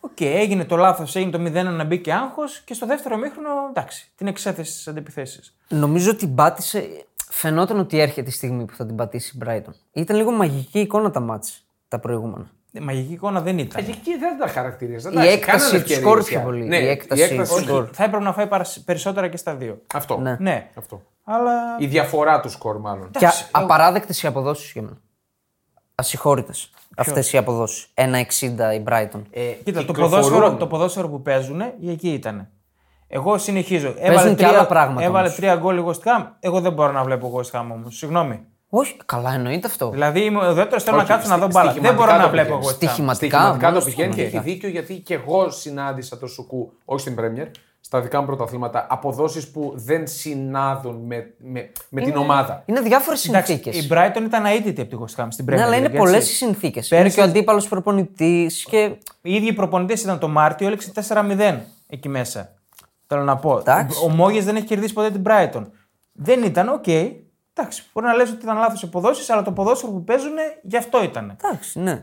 S3: Οκ, έγινε το λάθος, έγινε το 0 να μπει και άγχος. Και στο δεύτερο μήχρονο, εντάξει, την εξέθεση στις αντιπιθέσεις.
S2: Νομίζω ότι πάτησε. Φαινόταν ότι έρχεται η στιγμή που θα την πατήσει η Brighton. Ήταν λίγο μαγική εικόνα τα μάτς τα προηγούμενα.
S3: Μαγική εικόνα δεν ήταν.
S1: Εκεί δεν τα χαρακτηρίζει.
S2: Η έκταση του σκορ πιο πολύ.
S1: Ναι,
S2: η έκταση, τους
S1: τους
S2: σκορ.
S3: Θα έπρεπε να φάει παρασ- περισσότερα και στα δύο.
S1: Αυτό.
S3: Ναι.
S1: Αυτό.
S3: Αλλά.
S1: Η διαφορά του σκορ μάλλον.
S2: Και
S3: Εντάξει, εγώ-
S2: απαράδεκτες οι αποδόσεις για μένα. Ασυγχώρητε αυτές οι αποδόσεις. 1,60 η Brighton.
S1: Ε,
S3: Κοίτα, το
S1: κυκλοφορούν.
S3: ποδόσφαιρο, το ποδόσφαιρο που παίζουν ε, εκεί ήταν. Εγώ συνεχίζω.
S2: και άλλα πράγματα
S3: Έβαλε
S2: όμως.
S3: τρία γκολ η West Ham. Εγώ δεν μπορώ να βλέπω West Ham όμως. Συγγνώμη.
S2: Όχι, καλά εννοείται αυτό.
S3: Δηλαδή είμαι ο δεύτερο, θέλω να
S1: Όχι,
S3: κάτσω να
S1: στι-
S3: δω μπάλα. Δεν
S1: στοιχηματικά
S3: μπορώ
S1: το
S3: να βλέπω
S1: πηγαίνεις.
S3: West Ham.
S2: Στοιχηματικά.
S1: Στοιχηματικά το
S2: μόνος
S1: πηγαίνει και έχει
S2: στοιχηματικά.
S1: δίκιο γιατί και εγώ συνάντησα το Σουκού, όχι στην Πρέμιερ, στα δικά μου πρωταθλήματα, αποδόσεις που δεν συνάδουν με, με, με την ομάδα.
S2: Είναι διάφορες
S3: Εντάξει,
S2: συνθήκες.
S3: Η Brighton ήταν αίτητη από τη West Ham στην Premier
S2: Ναι, αλλά είναι
S3: League,
S2: πολλές οι
S3: έτσι.
S2: συνθήκε. Είναι
S3: Πέρσι-
S2: και ο αντίπαλος προπονητής και.
S3: Οι ίδιοι προπονητές ήταν το Μάρτιο, έλεξε 4-0 εκεί μέσα. Θέλω να πω.
S2: Εντάξει.
S3: Ο Μόγες δεν έχει κερδίσει ποτέ την Brighton. Δεν ήταν, οκ. Εντάξει, μπορεί να λες ότι ήταν λάθος αποδόσεις, αλλά το ποδόσφαιρο που παίζουν γι' αυτό ήταν.
S2: Εντάξει, ναι.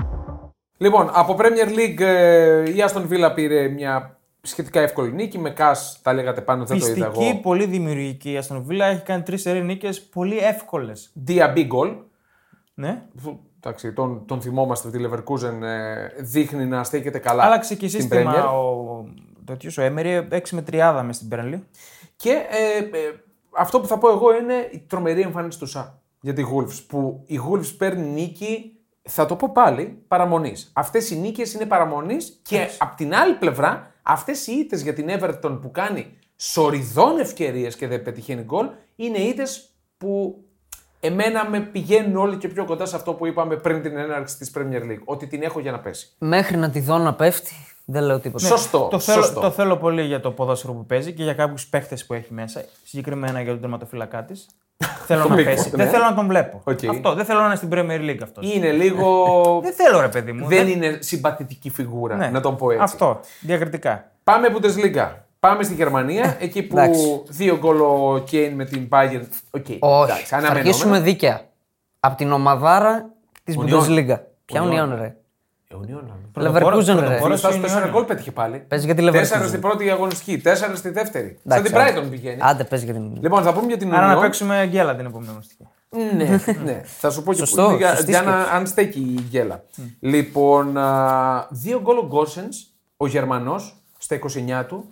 S1: Λοιπόν, από Premier League ε, η Aston Villa πήρε μια σχετικά εύκολη νίκη. Με Κάς τα λέγατε πάνω, δεν το είδα
S3: Πιστική,
S1: εγώ.
S3: πολύ δημιουργική. Η Αστον Βίλα έχει κάνει τρεις σερή νίκες πολύ εύκολες.
S1: Diaby goal.
S3: Ναι.
S1: Που, Εντάξει, τον, τον θυμόμαστε ότι η Leverkusen ε, δείχνει να στέκεται καλά.
S3: Άλλαξε και
S1: στην
S3: σύστημα
S1: Premier.
S3: ο, τέτοιος, ο Έμερι 6 με 30 μες στην Burnley.
S1: Και ε, ε, αυτό που θα πω εγώ είναι η τρομερή εμφάνιση του Σα για τη Wolves. Που η Wolves παίρνει νίκη, θα το πω πάλι, παραμονής. Αυτές οι νίκες είναι παραμονής και απ' την άλλη πλευρά αυτές οι ήττες για την Everton που κάνει σοριδών ευκαιρίες και δεν πετυχαίνει γκολ είναι ήττες που εμένα με πηγαίνουν όλοι και πιο κοντά σε αυτό που είπαμε πριν την έναρξη της Premier League. Ότι την έχω για να πέσει.
S2: Μέχρι να τη δω να πέφτει, δεν λέω τίποτα.
S1: σωστό.
S3: Ναι. Το θέλω,
S1: σωστό.
S3: το θέλω πολύ για το ποδόσφαιρο που παίζει και για κάποιους παίχτες που έχει μέσα. Συγκεκριμένα για τον
S1: <laughs>
S3: τερματοφύλακά της. θέλω να
S1: Μίκο,
S3: πέσει.
S1: ναι.
S3: Δεν θέλω να τον βλέπω.
S1: Οκ.
S3: Αυτό. Δεν θέλω να είναι στην Premier League αυτός.
S1: Είναι λίγο.
S3: Ε, Δεν θέλω, ρε παιδί μου.
S1: δεν είναι συμπαθητική φιγούρα,
S3: ναι.
S1: να τον πω έτσι.
S3: Αυτό. Διακριτικά.
S1: Πάμε Bundesliga. Πάμε στη Γερμανία, εκεί που
S2: Ε, εντάξει.
S1: δύο γκολ ο Κέιν με την Bayern. Οκ,
S2: Όχι.
S1: εντάξει,
S2: Θα
S1: αναμενόμενο.
S2: αρχίσουμε δίκαια. Από την ομαδάρα της
S1: Union.
S2: Bundesliga. Ποια
S1: Union.
S2: Union, ρε.
S1: Ε, ο Νιόν, αλλά.
S2: Leverkusen, ρε.
S1: Μπορεί
S3: πρωτοπόρος
S1: να φτάσει
S3: είναι
S1: τέσσερα
S3: Union.
S1: γκολ πέτυχε πάλι.
S2: Παίζει για τη Leverkusen.
S1: Τέσσερα στην πρώτη αγωνιστική, τέσσερα στη δεύτερη. Σαν την Brighton πηγαίνει.
S2: Άντε, πες για την.
S1: Λοιπόν, θα πούμε για την
S3: Άρα να
S1: Union.
S3: παίξουμε γκέλα την επόμενη αγωνιστική. <laughs>
S1: Ναι, ναι. Θα σου πω και
S2: Σωστό,
S1: που, για,
S2: σωστής
S1: για να αν στέκει η γέλα. Λοιπόν, α, δύο γκολ ο Γκόσενς, ο Γερμανός, στα 29 του,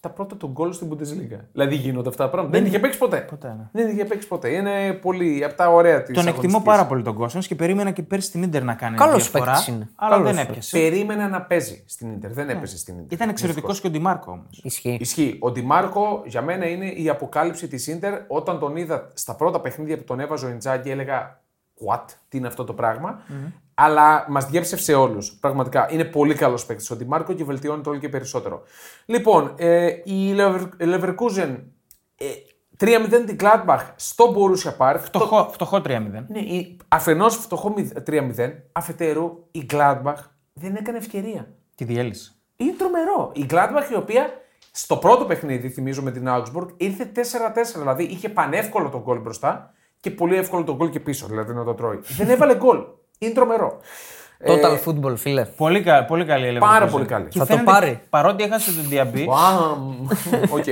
S1: τα πρώτα του γκολ στην Bundesliga. Δηλαδή γίνονται αυτά τα πράγματα. Δεν είχε παίξει ποτέ.
S3: ναι.
S1: Δεν είχε παίξει ποτέ. Είναι πολύ από τα ωραία της
S3: Τον εκτιμώ
S1: αγωνιστικής.
S3: πάρα πολύ τον Κόσον και περίμενα και πέρσι την ντερ να κάνει
S2: Καλός
S3: διαφορά.
S2: παίκτης είναι.
S3: Αλλά
S2: Καλός
S3: δεν
S2: παίκτης.
S3: έπιασε.
S1: Περίμενα να παίζει στην Ιντερ. Δεν έπαιζε στην Ιντερ.
S3: Ήταν εξαιρετικός και ο Ντιμάρκο όμως.
S2: Ισχύει.
S1: Ισχύει. Ο Ντιμάρκο για μένα είναι η αποκάλυψη της Ιντερ. Όταν τον είδα στα πρώτα παιχνίδια που τον έβαζε ο Ιντζάκη, έλεγα What, τι είναι αυτό το πραγμα Αλλά μας διέψευσε όλους. Πραγματικά είναι πολύ καλός παίκτης ο Ντιμάρκο και βελτιώνεται όλο και περισσότερο. Λοιπόν, ε, η Lever- Leverkusen ε, 3-0 την Gladbach στο Borussia Park. Το-
S3: Φτωχό, φτωχό 3-0.
S1: ναι, η... αφενός φτωχό 3-0, αφετέρου η Gladbach δεν έκανε ευκαιρία.
S3: Τη διέλυσε.
S1: Είναι τρομερό. Η Gladbach η οποία στο πρώτο παιχνίδι, θυμίζω με την Augsburg, ήρθε 4-4. Δηλαδή είχε πανεύκολο τον γκολ μπροστά και πολύ εύκολο τον γκολ και πίσω. Δηλαδή να το
S3: <laughs>
S1: τρώει. Δεν έβαλε γκολ. Είναι τρομερό.
S2: Total
S1: ε,
S2: football, φίλε.
S3: Πολύ, κα, πολύ καλή η
S1: Πάρα
S3: Leverkusen.
S1: πολύ καλή.
S3: Και
S2: Θα το
S3: φαίνεται-
S2: πάρει.
S3: Παρότι έχασε τον Διαμπή,
S1: Μπαμ. <laughs> Οκ.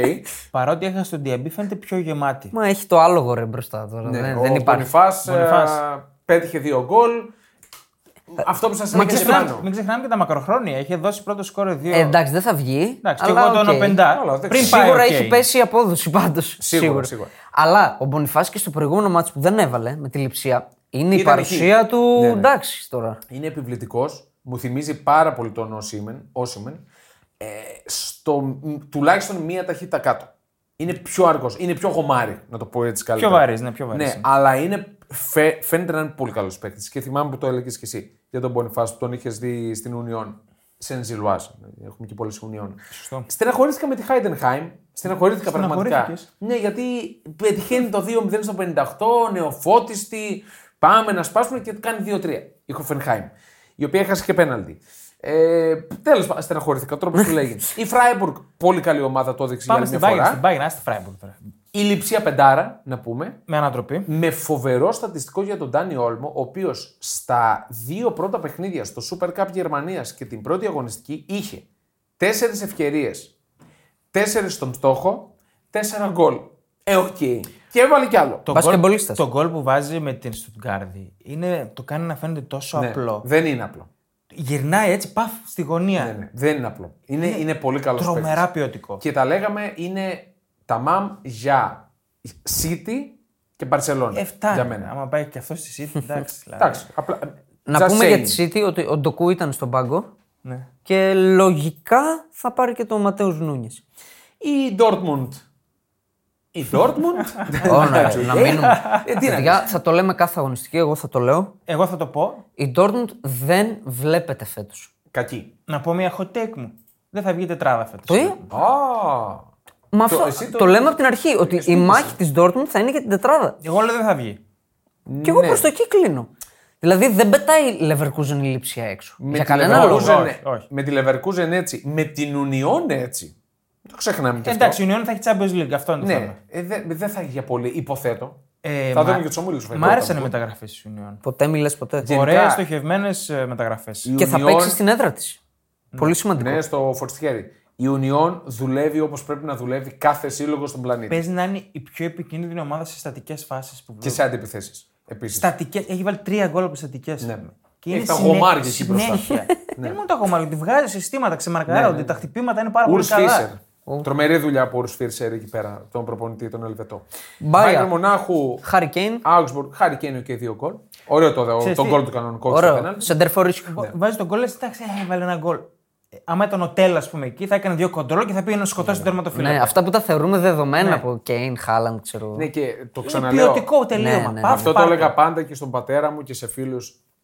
S3: παρότι έχασε τον Διαμπή, φαίνεται πιο γεμάτη.
S2: Μα έχει το άλογο ρε μπροστά τώρα.
S1: Ναι,
S2: δεν,
S1: ο
S2: δεν υπάρχει.
S1: Boniface, ε,
S3: Boniface.
S1: Πέτυχε δύο γκολ. Αυτό που σας
S3: Μην
S1: έλεγα και
S3: ξεχνάμε,
S1: πάνω.
S3: μην ξεχνάμε και τα μακροχρόνια. Είχε δώσει πρώτο σκόρ δύο.
S2: Ε, εντάξει, δεν θα βγει.
S3: Εντάξει, και
S2: αλλά
S3: εγώ
S2: οκ.
S3: τον 50.
S1: Καλά, δεν
S3: Πριν
S1: ξέρω.
S3: πάει
S2: Σίγουρα
S3: ο
S2: έχει
S3: Kane.
S2: πέσει η απόδοση πάντως.
S1: Σίγουρα, σίγουρα.
S2: Αλλά ο Μπονιφάς και στο προηγούμενο μάτσο που δεν έβαλε με τη λειψία είναι η
S1: Ήταν
S2: παρουσία
S1: εκεί.
S2: του.
S1: Ναι, ναι.
S2: Εντάξει τώρα.
S1: Είναι επιβλητικός. Μου θυμίζει πάρα πολύ τον Όσιμεν. Όσιμεν ε, στο, μ, τουλάχιστον μία ταχύτητα κάτω. Είναι πιο αργός, είναι πιο γομάρι, να το πω έτσι καλύτερα.
S3: Πιο βαρύς, ναι, πιο βαρύς
S1: Ναι,
S3: είναι.
S1: αλλά είναι, φαι, φαίνεται να είναι πολύ καλός παίκτης. Και θυμάμαι που το έλεγες και εσύ για τον Μπονιφάς που τον είχες δει στην Ουνιόν. Σεν Ζιλουάς. Έχουμε και πολλές Ουνιόν.
S3: Σωστό.
S1: Στεναχωρήθηκα με τη Heidenheim. Στεναχωρήθηκα πραγματικά.
S3: Στεναχωρήθηκες.
S1: Ναι, γιατί πετυχαίνει το 2-0 στο 58, νεοφώτιστη. Πάμε να σπάσουμε και κάνει 2-3 η Hoffenheim. Η οποία έχασε και πέναλτι. Ε, Τέλος πάντων, στεναχωρήθηκα. Τρόπος που
S3: <laughs>
S1: λέγει. Η Freiburg, πολύ καλή ομάδα, το έδειξε
S3: Πάμε
S1: για
S3: στην
S1: άλλη μια
S3: Bayern, στην
S1: φορά.
S3: Bayern, άσε τη Freiburg τώρα.
S1: Η Λιψία Πεντάρα, να πούμε.
S3: Με ανατροπή.
S1: Με φοβερό στατιστικό για τον Ντάνι Όλμο, ο οποίος στα δύο πρώτα παιχνίδια στο Super Cup Γερμανίας και την πρώτη αγωνιστική είχε τέσσερις ευκαιρίες, τέσσερις στον στόχο, τέσσερα γκολ. Ε, οκ. Και έβαλε κι άλλο.
S3: Το
S2: Μπασκεμπολίστας.
S3: Το γκολ που βάζει με την Στουτγκάρδη είναι, το κάνει να φαίνεται τόσο
S1: Ναι,
S3: απλό.
S1: Δεν είναι απλό.
S3: Γυρνάει έτσι, παφ στη γωνία.
S1: Ναι, ναι, Δεν είναι απλό. Είναι, είναι, πολύ καλός
S3: Τρομερά ποιοτικό.
S1: Και τα λέγαμε είναι τα μαμ για City και Barcelona.
S3: Ε, φτάνει.
S1: Για μένα.
S3: Άμα
S1: <laughs>
S3: πάει και αυτός στη City, εντάξει. δηλαδή.
S1: Εντάξει. Απλά,
S2: Να
S1: just
S2: πούμε για
S1: saying.
S2: τη City ότι ο Ντοκού ήταν στον πάγκο
S3: Ναι.
S2: Και λογικά θα πάρει και τον Ματέο Νούνιες.
S1: Η Dortmund. Η
S2: <laughs>
S1: Dortmund.
S2: Ωραία,
S1: Ε, Εντάξει,
S2: να
S1: οκ.
S2: μείνουμε.
S1: Ε, τι να
S2: Παιδιά, θα το λέμε κάθε αγωνιστική, εγώ θα το λέω.
S3: Εγώ θα το πω.
S2: Η Dortmund δεν βλέπετε φέτος.
S1: Κακή.
S3: Να πω μια hot take μου. Δεν θα βγει τετράδα φέτος.
S2: Το είπα.
S1: Α,
S2: Μα
S1: Το-
S2: αυτό
S1: εσύ
S2: το,
S1: το-
S2: λέμε από την αρχή, ότι η μάχη της Dortmund θα είναι για την τετράδα.
S3: Εγώ λέω δεν θα βγει.
S2: Και εγώ
S1: ναι.
S2: προς το εκεί κλείνω. Δηλαδή δεν πετάει η Leverkusen η λήψη έξω.
S1: Με
S2: για
S1: τη
S2: κανένα λόγο.
S1: Leverkusen-
S3: Όχι, όχι.
S1: Με τη Leverkusen έτσι. Με την Union έτσι. Το ξεχνάμε και αυτό.
S3: Εντάξει, η Union θα έχει Champions League. Αυτό είναι το
S1: Ναι,
S3: θέμα.
S1: ε, δεν δεν θα έχει για πολύ, υποθέτω.
S3: Ε,
S1: θα
S3: μα-
S1: δούμε και τους ομίλους.
S3: Μ' άρεσαν οι μεταγραφές της Union. ε,
S2: Ποτέ μιλέ ποτέ.
S3: Ωραίε, στοχευμένε μεταγραφές.
S2: Και θα παίξει στην έδρα της. Πολύ σημαντικό.
S1: Ναι, στο φορτιστιέρι. Η Union δουλεύει όπως πρέπει να δουλεύει κάθε σύλλογο στον πλανήτη.
S3: Παίζει να είναι η πιο επικίνδυνη ομάδα σε στατικές φάσεις που
S1: Και
S3: βλέπω.
S1: σε αντιπιθέσεις. Επίσης.
S3: Στατικές, έχει βάλει τρία γκολ από στατικές. Ναι. Και
S1: Έχει τα γομάρια εκεί μπροστά.
S3: <laughs>
S1: Ναι.
S3: Δεν είναι μόνο τα γομάρια, τη βγάζει συστήματα, ξεμαρκαρόνται. Τα χτυπήματα είναι πάρα
S1: Ουρ
S3: πολύ
S1: Φίσερ.
S3: καλά.
S1: Τρομερή δουλειά από Ουρ Φίσερ εκεί πέρα, τον προπονητή, τον Ελβετό.
S2: Μπάια.
S1: Bayern Μονάχου,
S2: Χάρη Κέιν.
S1: Άουξμπουργκ, Χάρη Κένιο και δύο γκολ. Ωραίο το,
S3: Ξέρεις
S1: το
S3: τι?
S1: γκολ του κανονικού.
S2: Ωραίο. Σεντερφόρ ρίσκο.
S1: Ναι.
S3: Βάζει τον γκολ, λες, εντάξει, ε, έβαλε ένα γκολ. Ε, Άμα ήταν ο Τέλα, ας πούμε, εκεί θα έκανε δύο κοντρόλ και θα πήγαινε να σκοτώσει τον τερματοφύλακα.
S2: Ναι, αυτά που τα θεωρούμε δεδομένα από Κέιν, Χάλαντ, ξέρω.
S1: Ναι, και το
S3: είναι
S1: ξαναλέω.
S3: ποιοτικό τελείωμα.
S2: ναι, ναι.
S3: Πάμε,
S1: Αυτό το
S3: πάμε.
S1: έλεγα πάντα και στον πατέρα μου και σε φίλους.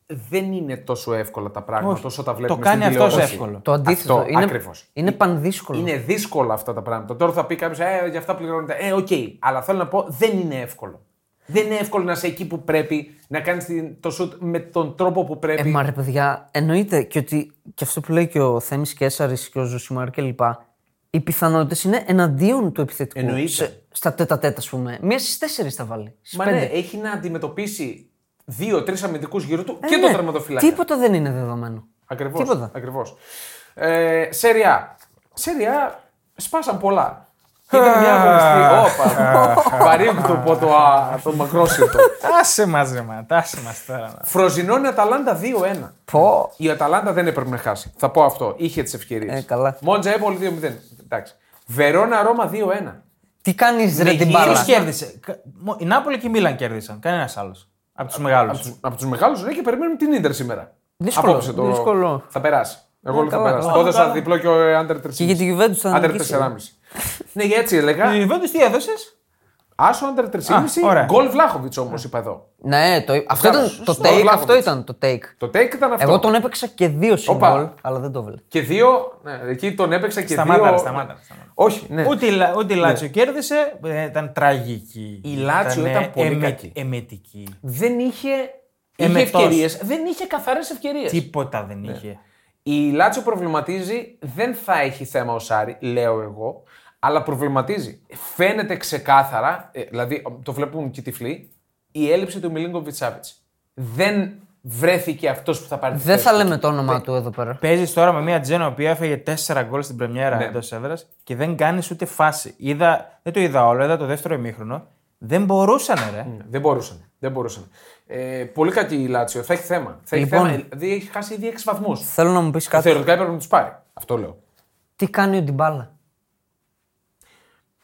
S1: Δεν είναι τόσο εύκολα τα πράγματα όσο τα βλέπουμε
S3: Το κάνει
S1: στην
S3: αυτός
S1: τηλεόραση.
S3: εύκολο.
S2: Το αντίθετο.
S1: Αυτό,
S2: είναι
S1: ακριβώς. Ε,
S2: είναι πανδύσκολο. Ε,
S1: Είναι δύσκολα αυτά τα πράγματα. Τώρα θα πει κάποιος, ε, για αυτά πληρώνεται. Ε, οκ. Αλλά θέλω να πω, δεν είναι εύκολο. Δεν είναι εύκολο να είσαι εκεί που πρέπει, να κάνεις το σουτ με τον τρόπο που
S2: Ε,
S1: πρέπει.
S2: μα ρε παιδιά, εννοείται και ότι και αυτό που λέει και ο Θέμης Κέσαρης και ο Ζωσιμάρ και λοιπά, οι πιθανότητες είναι εναντίον του επιθετικού.
S1: Εννοείται.
S2: στα τέτα τέτα, ας πούμε. Μία στις τέσσερις θα βάλει. Στις
S1: Μα
S2: πέντε.
S1: ναι, έχει να αντιμετωπίσει δύο-τρει αμυντικούς γύρω του
S2: Ε,
S1: και
S2: ναι.
S1: τον τερματοφυλάκα.
S2: Τίποτα δεν είναι δεδομένο.
S1: Ακριβώς,
S2: τίποτα.
S1: Ακριβώς. Ε, σεριά. Σεριά σπάσαν πολλά. Ήταν μια αγωνιστή. Όπα. Βαρύγκτο το, α, το μακρόσυρτο.
S3: Άσε μας, ρε μα, τάσε μας τώρα.
S1: Φροζινώνει Αταλάντα 2-1.
S2: Πω.
S1: Η Αταλάντα δεν έπρεπε να χάσει. Θα πω αυτό. Είχε τις ευκαιρίες.
S2: Ε, καλά.
S1: Μόντζα Έπολη 2-0. Εντάξει. Βερόνα Ρώμα 2-1.
S2: Τι κάνεις, ρε την
S3: Ποιο
S2: μπάλα.
S3: κέρδισε. Κα- μο- Η Νάπολη και η Μίλαν κέρδισαν. Κανένας άλλος. Από τους μεγάλους.
S1: Από του μεγάλους ναι και περιμένουμε την ντερ σήμερα.
S2: Δύσκολο,
S1: Απόψε το...
S2: δύσκολο. Ε,
S1: Θα περάσει. Εγώ λέω θα
S2: καλά,
S1: περάσει.
S2: καλά,
S1: Τότε θα
S3: καλά.
S1: διπλό και ο ε, Άντερ 3,5. Και
S2: για τη Juventus θα
S1: Άντερ
S2: νικήσει.
S1: 4,5. ναι, για έτσι έλεγα.
S3: Ε, Η Βέντε τι έδωσες.
S1: Άσο Άντερ 3,5.
S3: Α, ωραία.
S1: Γκολ Βλάχοβιτ όμως είπα εδώ.
S2: Ναι, το, αυτό ήταν το
S1: σωστό,
S2: take.
S1: Βλάχοβιτς.
S2: Αυτό ήταν το take.
S1: Το take ήταν αυτό.
S2: Εγώ τον έπαιξα και δύο σε
S1: Όπα.
S2: γκολ, αλλά δεν το βλέπει.
S1: Και δύο. Ναι, εκεί τον έπαιξα και
S3: Σταμάτα,
S1: δύο.
S3: ρε, σταμάτα, ρε, σταμάτα.
S1: Όχι, ναι.
S3: Ούτε η Λα- ούτε η Λάτσιο κέρδισε. ε, Ήταν τραγική.
S1: Η Λάτσιο ήταν πολύ κακή.
S3: Εμετική.
S1: Δεν είχε.
S2: Ε,
S1: Είχε
S3: Εμετός.
S1: ευκαιρίες. Δεν είχε καθαρές ευκαιρίες.
S3: Τίποτα δεν
S2: Ναι.
S3: είχε.
S1: Η Λάτσιο προβληματίζει, δεν θα έχει θέμα ο Σάρι, λέω εγώ, αλλά προβληματίζει. Φαίνεται ξεκάθαρα, ε, δηλαδή το βλέπουν και οι τυφλοί, η έλλειψη του Μιλίνκοβιτ Σάβιτ. Δεν βρέθηκε αυτός που θα πάρει. τη
S2: Δεν
S1: θέση
S2: θα
S1: του.
S2: λέμε το όνομά του εδώ πέρα.
S3: Παίζεις τώρα με μια Τζένα που έφεγε 4 γκολ στην Πρεμιέρα
S1: Ναι.
S3: εντός έδρας και δεν κάνεις ούτε φάση. Είδα, δεν το είδα όλο, είδα το δεύτερο ημίχρονο. Δεν μπορούσαν, ρε.
S1: Ναι, Δεν μπορούσαν. Δεν μπορούσαν. Ε, πολύ κακή η Λάτσιο. Θα έχει θέμα. Θα έχει
S2: Λοιπόν.
S1: θέμα. Δηλαδή έχει χάσει ήδη 6 βαθμούς.
S2: Θέλω να μου πεις κάτι.
S1: Θεωρητικά έπρεπε να τους πάρει. Αυτό λέω.
S2: Τι κάνει ο Ντιμπάλα.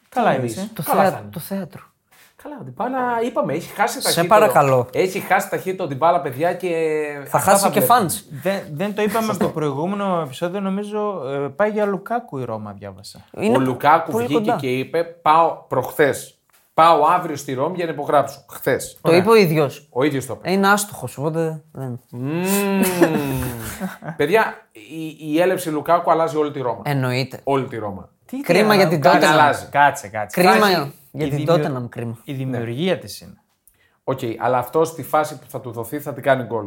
S3: Καλά
S1: εννοείς?
S3: είναι.
S2: Το,
S1: Ε, Καλά
S2: θέα-
S1: θα είναι.
S2: το θέατρο.
S1: Καλά, ο Ντιμπάλα είπαμε, έχει χάσει ταχύτητα.
S2: παρακαλώ.
S1: Έχει χάσει ταχύτητα ο Ντιμπάλα, παιδιά και.
S2: Θα
S1: αυτά
S2: χάσει και
S1: Ε, βλέπουμε.
S2: φαντ.
S3: Δεν, δεν το είπαμε στο προηγούμενο επεισόδιο, νομίζω. ε, Πάει για Λουκάκου η Ρώμα, διάβασα.
S2: Είναι
S1: ο Λουκάκου
S2: πολύ
S1: βγήκε
S2: κοντά.
S1: και είπε: Πάω προχθές. Πάω αύριο στη Ρώμη για να υπογράψω. Χθες.
S2: Το είπε ο ίδιος.
S1: Ο ίδιος το είπε.
S2: Είναι άστοχος, οπότε δεν. Ε.
S1: Παιδιά, η, η έλευση Λουκάκου αλλάζει όλη τη Ρώμα.
S2: Εννοείται.
S1: όλη τη Ρώμα.
S2: Κρίμα για την
S1: κάτσε,
S2: Tottenham.
S1: αλλάζει.
S3: Κάτσε, κάτσε.
S2: Κρίμα
S1: Υπάρχει
S2: για
S3: η
S2: την
S3: δημιου-
S2: Tottenham, κρίμα. Ναι.
S3: Η δημιουργία της τη είναι.
S1: Οκ, αλλά αυτό στη φάση που θα του δοθεί θα την κάνει γκολ.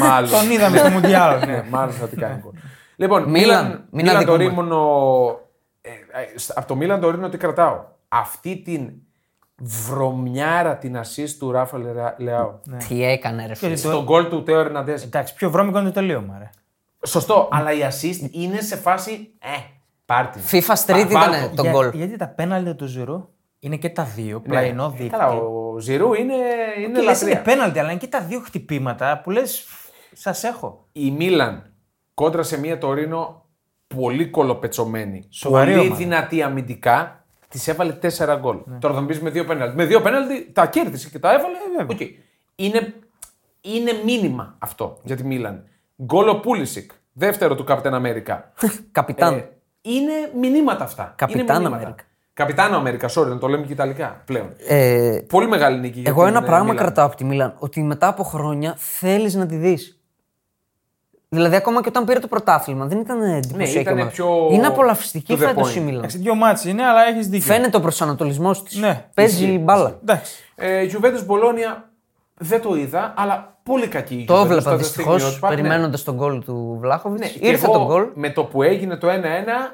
S1: Μάλλον.
S3: Ε, Τον
S1: <laughs>
S3: είδαμε στο Μουντιάλ.
S1: ναι, μάλλον θα την κάνει γκολ. Λοιπόν,
S2: Μίλαν,
S1: Μίλαν,
S2: μην
S1: Μίλαν το
S2: αδικούμε.
S1: ρήμωνο. Ε, ε, σ- από το Μίλαν το ρήμωνο τι κρατάω. Αυτή την βρωμιάρα την ασίστ του Ράφα Λερα- Λεάου.
S3: Ναι.
S2: Τι έκανε, ρε φίλε.
S1: Στον γκολ του Τέο Ερναντέζ.
S3: Εντάξει, πιο βρώμικο είναι το τελείωμα, ρε.
S1: Σωστό, αλλά η assist είναι σε φάση. Ε, πάρτι.
S2: FIFA Street
S1: Πα-
S2: ήταν
S1: βάλτο.
S2: το
S3: Για-
S2: γκολ. Ναι. Ε,
S3: Γιατί τα πέναλτι του Ζηρού είναι και τα δύο, πλαϊνό δίκτυο.
S1: Ναι. Καλά, ο Ζηρού είναι, είναι
S3: Και λες είναι
S1: λατρεία.
S3: πέναλτι, αλλά είναι και τα δύο χτυπήματα που λες. Σας έχω.
S1: Η Μίλαν κόντρα σε μια Τωρίνο πολύ κολοπετσωμένη.
S3: Σοβαρή
S1: πολύ
S3: ομάδα.
S1: δυνατή αμυντικά. Της έβαλε 4 γκολ.
S2: Ναι.
S1: Τώρα θα μου πεις με δύο πέναλτι. Με δύο πέναλτι τα κέρδισε και τα έβαλε. ε, οκ. Είναι, είναι μήνυμα αυτό για τη Μίλαν. Γκολ ο Πούλησικ. Δεύτερο του Captain America.
S2: <laughs> Καπιτάν.
S1: Ε, είναι μηνύματα αυτά.
S2: Καπιτάν
S1: Είναι μηνύματα.
S2: Αμέρικα.
S1: Καπιτάνο Αμέρικα, sorry, να το λέμε και Ιταλικά πλέον.
S2: Ε,
S1: Πολύ μεγάλη νίκη. για
S2: Εγώ
S1: την,
S2: ένα
S1: ε,
S2: πράγμα
S1: Μίλαν.
S2: κρατάω από τη Μίλαν. Ότι μετά από χρόνια θέλεις να τη δεις. Δηλαδή, ακόμα και όταν πήρε το πρωτάθλημα, δεν ήταν εντυπωσιακή.
S1: ήτανε
S2: ομάδα.
S1: πιο
S2: Είναι απολαυστική
S1: to the
S2: φέτος
S1: point.
S2: η Μίλαν.
S3: Εντάξει, δύο μάτσε είναι, αλλά έχεις δίκιο.
S2: Φαίνεται ο προσανατολισμός της.
S3: Ναι,
S2: Παίζει μπάλα.
S3: Εντάξει.
S1: Ε, Juventus Μπολόνια δεν το είδα, αλλά πολύ κακή η
S2: Το
S1: Juventus
S2: έβλεπα
S1: στα
S2: δυστυχώ
S1: στιγμιότυπα. Ναι.
S2: περιμένοντας τον γκολ του Βλάχοβιτ.
S1: Ναι, και
S2: Ήρθε
S1: εγώ
S2: το γκολ.
S1: Με το που έγινε το 1-1,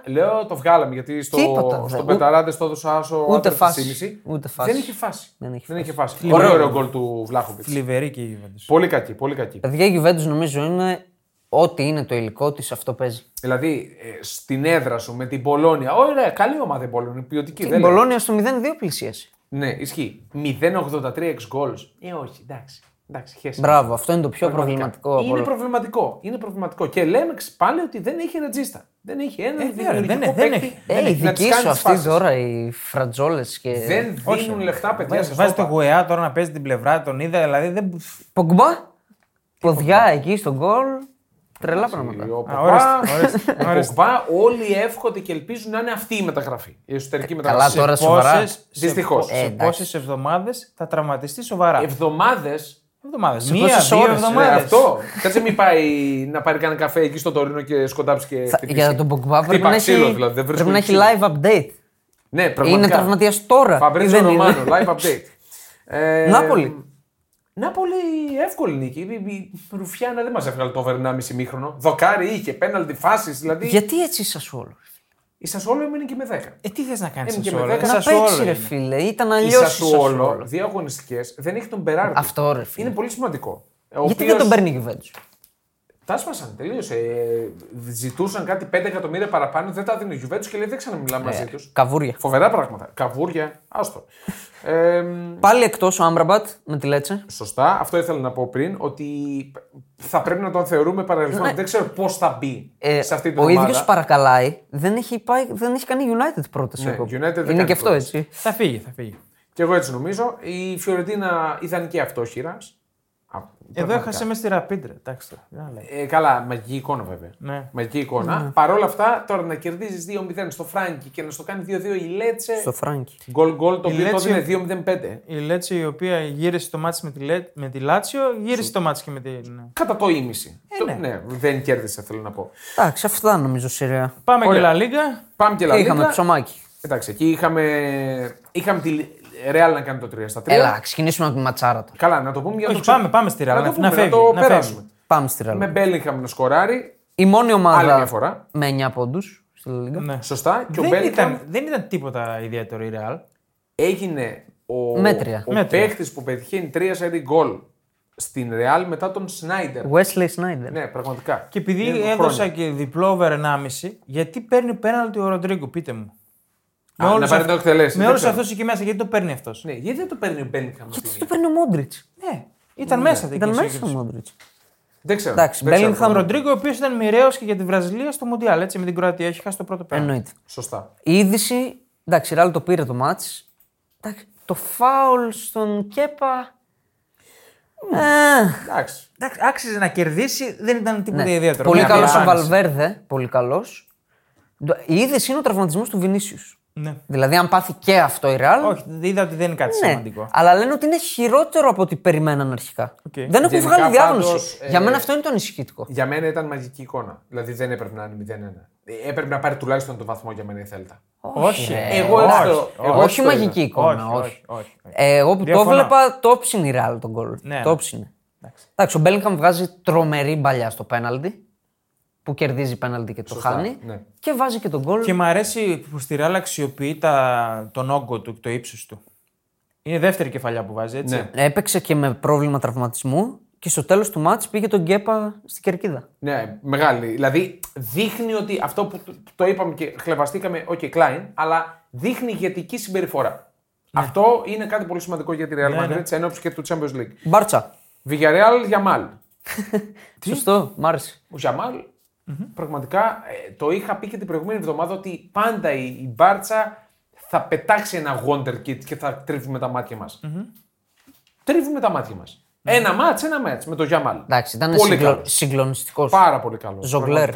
S1: λέω το βγάλαμε. Γιατί στο,
S2: Τίποτα, δε.
S1: στον
S2: Ούτε-
S1: Πεταράντε το έδωσα άσο
S2: ούτε
S1: άντερ
S2: φάση,
S1: 3,5.
S2: ούτε φάση.
S1: Δεν είχε φάση.
S2: Δεν είχε
S1: φάση. Ωραίο, ωραίο γκολ του Βλάχοβιτ.
S3: Θλιβερή και η Juventus.
S1: Πολύ κακή, πολύ κακή.
S2: Παιδιά, η Juventus νομίζω είναι ό,τι είναι το υλικό της, αυτό παίζει.
S1: Δηλαδή ε, στην έδρα σου με την Πολόνια. Ωραία, καλή ομάδα η Πολόνια. Ποιοτική.
S2: Η
S1: δεν λέω.
S2: Μπολόνια στο 0-2 πλησίασε.
S1: Ναι, ισχύει. 0,83 εξ goals. Ε, όχι, εντάξει. εντάξει χέσε.
S2: Μπράβο, αυτό είναι το πιο
S1: Πραγματικά.
S2: προβληματικό από
S1: Είναι
S2: όλα.
S1: προβληματικό. Είναι προβληματικό. Και λέμε ξ- πάλι ότι δεν έχει ρετζίστα. Δεν έχει ένα
S3: Ε, ναι,
S1: δημιουργικό
S3: δεν είναι, δεν
S1: παίκτη
S3: έχει.
S2: Ε, η
S1: Ναι, να τις
S2: δική
S1: κάνεις
S2: σου
S1: τις
S2: αυτή
S1: φάσεις.
S2: τώρα, οι φρατζόλες και.
S1: Δεν
S3: Όχι,
S1: δίνουν λεφτά, παιδιά.
S3: Βάζεις,
S1: σας
S3: βάζει
S1: το
S3: το
S1: είπα.
S3: γουεά τώρα να παίζει την πλευρά, τον είδα, δηλαδή δεν.
S2: Πογκμπά. Ποδιά εκεί στον γκολ. Τρελά πράγματα.
S1: Ο
S3: Α,
S1: Ποκμπά-
S3: Ορίστε. ορίστε,
S2: <laughs>
S1: ο
S3: ορίστε.
S1: Ποκμπά, όλοι εύχονται και ελπίζουν να είναι αυτή η μεταγραφή. Η εσωτερική
S2: Ε, Καλά
S1: μεταγραφή.
S2: τώρα
S3: Σε
S2: σοβαρά.
S3: πόσες- σε
S1: Δυστυχώς.
S3: πο-
S1: Ε,
S3: Σε
S2: εντάξει.
S3: πόσες εβδομάδες θα τραυματιστεί σοβαρά.
S1: Εβδομάδες.
S3: Εβδομάδες.
S2: σε
S3: Μία,
S2: πόσες
S3: δύο
S2: ώρες, ε, ρε,
S3: εβδομάδες.
S1: ε, Αυτό. Κάτσε μην πάει να πάρει κανένα καφέ εκεί στον Τωρίνο και σκοντάψει και.
S2: Θα-
S1: χτυπήσει.
S2: Για τον Πογκμπά πρέπει
S1: Χτύπα
S2: να
S1: ξύλο,
S2: έχει,
S1: δηλαδή, δεν
S2: πρέπει
S1: βρίσκω
S2: να έχει
S1: ξύλο.
S2: live update.
S1: Ναι, πραγματικά.
S2: Είναι τραυματίας τώρα. ή
S1: Φαμπρίζο
S2: δεν είναι?
S1: Ρωμάνο, live update. Ε,
S2: Νάπολη.
S1: Νάπολη, εύκολη νίκη. Η- η- η Ρουφιάνα δεν μας έβγαλε το over 1,5 μήχρονο. Δοκάρι είχε, πέναλτι φάσεις. Δηλαδή
S2: Γιατί έτσι είσαι όλος.
S1: η Σασόλο έμεινε και με 10.
S3: Ε, τι θες να κάνεις
S1: Ε,
S3: σε
S1: και με
S3: όλα.
S1: δέκα
S2: Να παίξει, ρε φίλε. Ήταν
S1: Η
S2: αλλιώ.
S1: Σασόλο, δύο αγωνιστικές, δεν έχει τον Μπεράρντι.
S2: Αυτό, ρε φίλε.
S1: Είναι πολύ σημαντικό. Ο
S2: Γιατί
S1: οποίος-
S2: δεν τον παίρνει η Juventus.
S1: Τα σπάσαν, τελείωσε. Ε, Ζητούσαν κάτι 5 εκατομμύρια παραπάνω, δεν τα δίνει ο Γιουβέντους και λέει δεν
S2: Ε.
S1: ξαναμιλάμε μαζί τους.
S2: Καβούρια.
S1: Φοβερά πράγματα. Καβούρια, άστο. Ε,
S2: Πάλι εκτός ο Άμπραμπατ με τη Λέτσε.
S1: Σωστά. Αυτό ήθελα να πω πριν, ότι θα πρέπει να τον θεωρούμε παρελθόν. Δεν ξέρω πώς θα μπει
S2: Ναι. Ε,
S1: σε αυτή την
S2: ο
S1: ομάδα.
S2: ίδιο παρακαλάει. Δεν έχει, πάει, δεν έχει κάνει United πρόταση
S1: Ναι,
S2: ακόμα.
S1: United δεν
S2: Είναι
S1: κάνει
S2: και αυτό
S1: πρόταση.
S2: έτσι.
S3: Θα φύγει, θα φύγει.
S1: Και εγώ έτσι νομίζω. Η Φιωρεντίνα ήταν και αυτό χειρά.
S3: Εδώ έχασε με στη Ραπίντρε. Εντάξει. τώρα, τι να λέμε.
S1: Ε, καλά, μαγική εικόνα βέβαια.
S3: Ναι.
S1: Μαγική εικόνα. Παρ' όλα αυτά, τώρα να κερδίζεις 2-0 στο Φράγκι και να στο κάνει 2-2 η Λέτσε.
S2: Στο Φράγκι.
S1: Γκολ γκολ το
S3: Η
S1: οποίο το
S3: Λέτσε-
S1: είναι 2-0-5.
S3: Η Λέτσε η οποία γύρισε το μάτς με τη, Λε... με τη Λάτσιο, γύρισε το μάτς και με την...
S1: Κατά το ίμιση.
S2: Ε,
S1: Το-
S3: ναι.
S1: ναι, δεν κέρδισε, θέλω να πω.
S2: Εντάξει, αυτά νομίζω σειρά.
S3: Πάμε και
S1: Ωραία.
S3: Λα Λίγκα.
S1: Πάμε και
S2: Και
S1: λαλίκα.
S2: είχαμε ψωμάκι.
S1: Εντάξει, εκεί είχαμε, είχαμε τη Ρεάλ να κάνει το 3 στα 3.
S2: Έλα, ξεκινήσουμε από τη ματσάρα τώρα.
S1: Καλά, να το πούμε για να
S3: Όχι,
S1: το ξε-
S3: πάμε, πάμε στη Real,
S1: Να
S3: να-
S1: το, πούμε,
S3: να
S1: να
S3: φεύγει,
S1: το
S3: να
S1: περάσουμε.
S2: Πάμε στη Ραλή.
S1: Με Μπέλιγχαμ να σκοράρει.
S2: Η μόνη
S1: Άλλη μια
S2: ομάδα
S1: φορά.
S2: με 9 πόντους στη Λα Λίγκα.
S3: Ναι.
S1: Σωστά. Και ο
S3: Δεν,
S1: Μπέλιγχαμ
S3: ήταν, δεν ήταν τίποτα ιδιαίτερο η Ρεάλ.
S1: έγινε ο,
S2: Μέτρια.
S1: ο
S3: Μέτρια.
S1: παίχτης που πετυχαίνει τρία σερή γκολ στην Ρεάλ μετά τον Σνάιντερ.
S2: Wesley Snyder.
S1: Ναι, πραγματικά.
S3: Και επειδή
S1: Λίγο
S3: έδωσα
S1: χρόνια.
S3: και διπλό over 1,5, γιατί παίρνει πέναλτι ο Ροντρίγκο, πείτε μου.
S1: Α, να πάρει
S3: αυτ-
S1: το εκτελέσει,
S3: Με
S1: δεν
S3: όλους
S1: ξέρω.
S3: αυτούς εκεί μέσα, γιατί το παίρνει αυτός.
S1: Ναι, γιατί δεν το παίρνει ο Μπέλιγχαμ αυτή τη
S2: Αυτό το
S1: στιγμή.
S2: παίρνει ο Μόντριτ.
S3: Ναι, ήταν μέσα
S2: Ήταν
S3: εκείνη η
S2: μέσα ο
S3: σύγκριση.
S2: Μόντριτ.
S1: Δεν ξέρω.
S2: Εντάξει,
S1: δεν ξέρω.
S2: Μπέλιγχαμ-
S3: Ο Ροντρίγκο, ο οποίος ήταν μοιραίος και για τη Βραζιλία στο Μουντιάλ, έτσι με την Κροατία, έχει χάσει το πρώτο πέναλτι.
S2: Εννοείται.
S1: Σωστά.
S2: Η είδηση. Εντάξει, η Ραλ το πήρε το μάτ. Το φάουλ στον Κέπα. Ε,
S1: Εντάξει.
S3: Εντάξει, άξιζε να κερδίσει, δεν ήταν τίποτα
S2: ναι.
S3: ιδιαίτερο.
S2: Πολύ
S3: Μια
S2: καλός ο
S3: εμφάνιση.
S2: Βαλβέρδε. Πολύ καλός. Η είδηση είναι ο τραυματισμός του Βινίσιους.
S3: Ναι.
S2: Δηλαδή, αν πάθει και αυτό η Ρεάλ.
S3: Όχι, είδα ότι δεν είναι κάτι
S2: Ναι,
S3: σημαντικό.
S2: αλλά λένε ότι είναι χειρότερο από ό,τι περιμέναν αρχικά. Δεν έχουν
S1: Γενικά,
S2: βγάλει διάγνωση.
S1: πάντως, ε,
S2: Για μένα αυτό είναι το ανησυχητικό.
S1: Για μένα ήταν μαγική εικόνα. Δηλαδή δεν έπρεπε να είναι 0-1. Ε, Έπρεπε να πάρει τουλάχιστον τον βαθμό για μένα η Θέλτα.
S3: Όχι,
S2: ρε,
S1: εγώ
S2: όχι,
S1: έτσι το- εγώ
S2: όχι
S1: έτσι το
S2: μαγική
S1: είδα.
S2: εικόνα.
S3: Όχι,
S2: Όχι,
S3: όχι, όχι, όχι.
S2: Ε, εγώ που το
S3: Διαφωνώ.
S2: έβλεπα, το ψήνει η Ρεάλ τον κόλ.
S3: Ναι,
S2: το
S3: ναι.
S2: ψήνει. Εντάξει, ο Μπέλικαμ βγάζει τρομερή μπαλιά στο πέναλτι που κερδίζει πέναλτι και το χάνει.
S1: ναι.
S2: Και βάζει και τον κόλ.
S3: Και μου αρέσει που στη Ρεάλ αξιοποιεί τα... τον όγκο του και το ύψος του. Είναι η δεύτερη κεφαλιά που βάζει, έτσι.
S1: Ναι.
S2: Έπαιξε και με πρόβλημα τραυματισμού και στο τέλος του μάτς πήγε τον Γκέπα στην κερκίδα.
S1: Ναι, μεγάλη. Δηλαδή δείχνει ότι αυτό που το- το είπαμε και χλεβαστήκαμε, OK, Klein, αλλά δείχνει ηγετική συμπεριφορά. Αυτό είναι κάτι πολύ σημαντικό για τη Real Madrid ναι. εν ώψη και του Champions League.
S2: Μπάρτσα.
S1: Villarreal, Γιαμάλ.
S2: Σωστό, μ' άρεσε.
S1: Ο γιαμαλ πραγματικά ε, το είχα πει και την προηγούμενη εβδομάδα ότι πάντα η, η Μπάρτσα θα πετάξει ένα wonder kit και θα τρίβουμε τα μάτια μας. Τρίβουμε τα μάτια μας. Ένα μάτ, ένα μάτ με το Γιαμάλ.
S2: Εντάξει, ήταν
S1: Πολύ
S2: συγκλο...
S1: καλός.
S2: συγκλονιστικός.
S1: Πάρα πολύ καλό.
S2: Ζογκλέρ.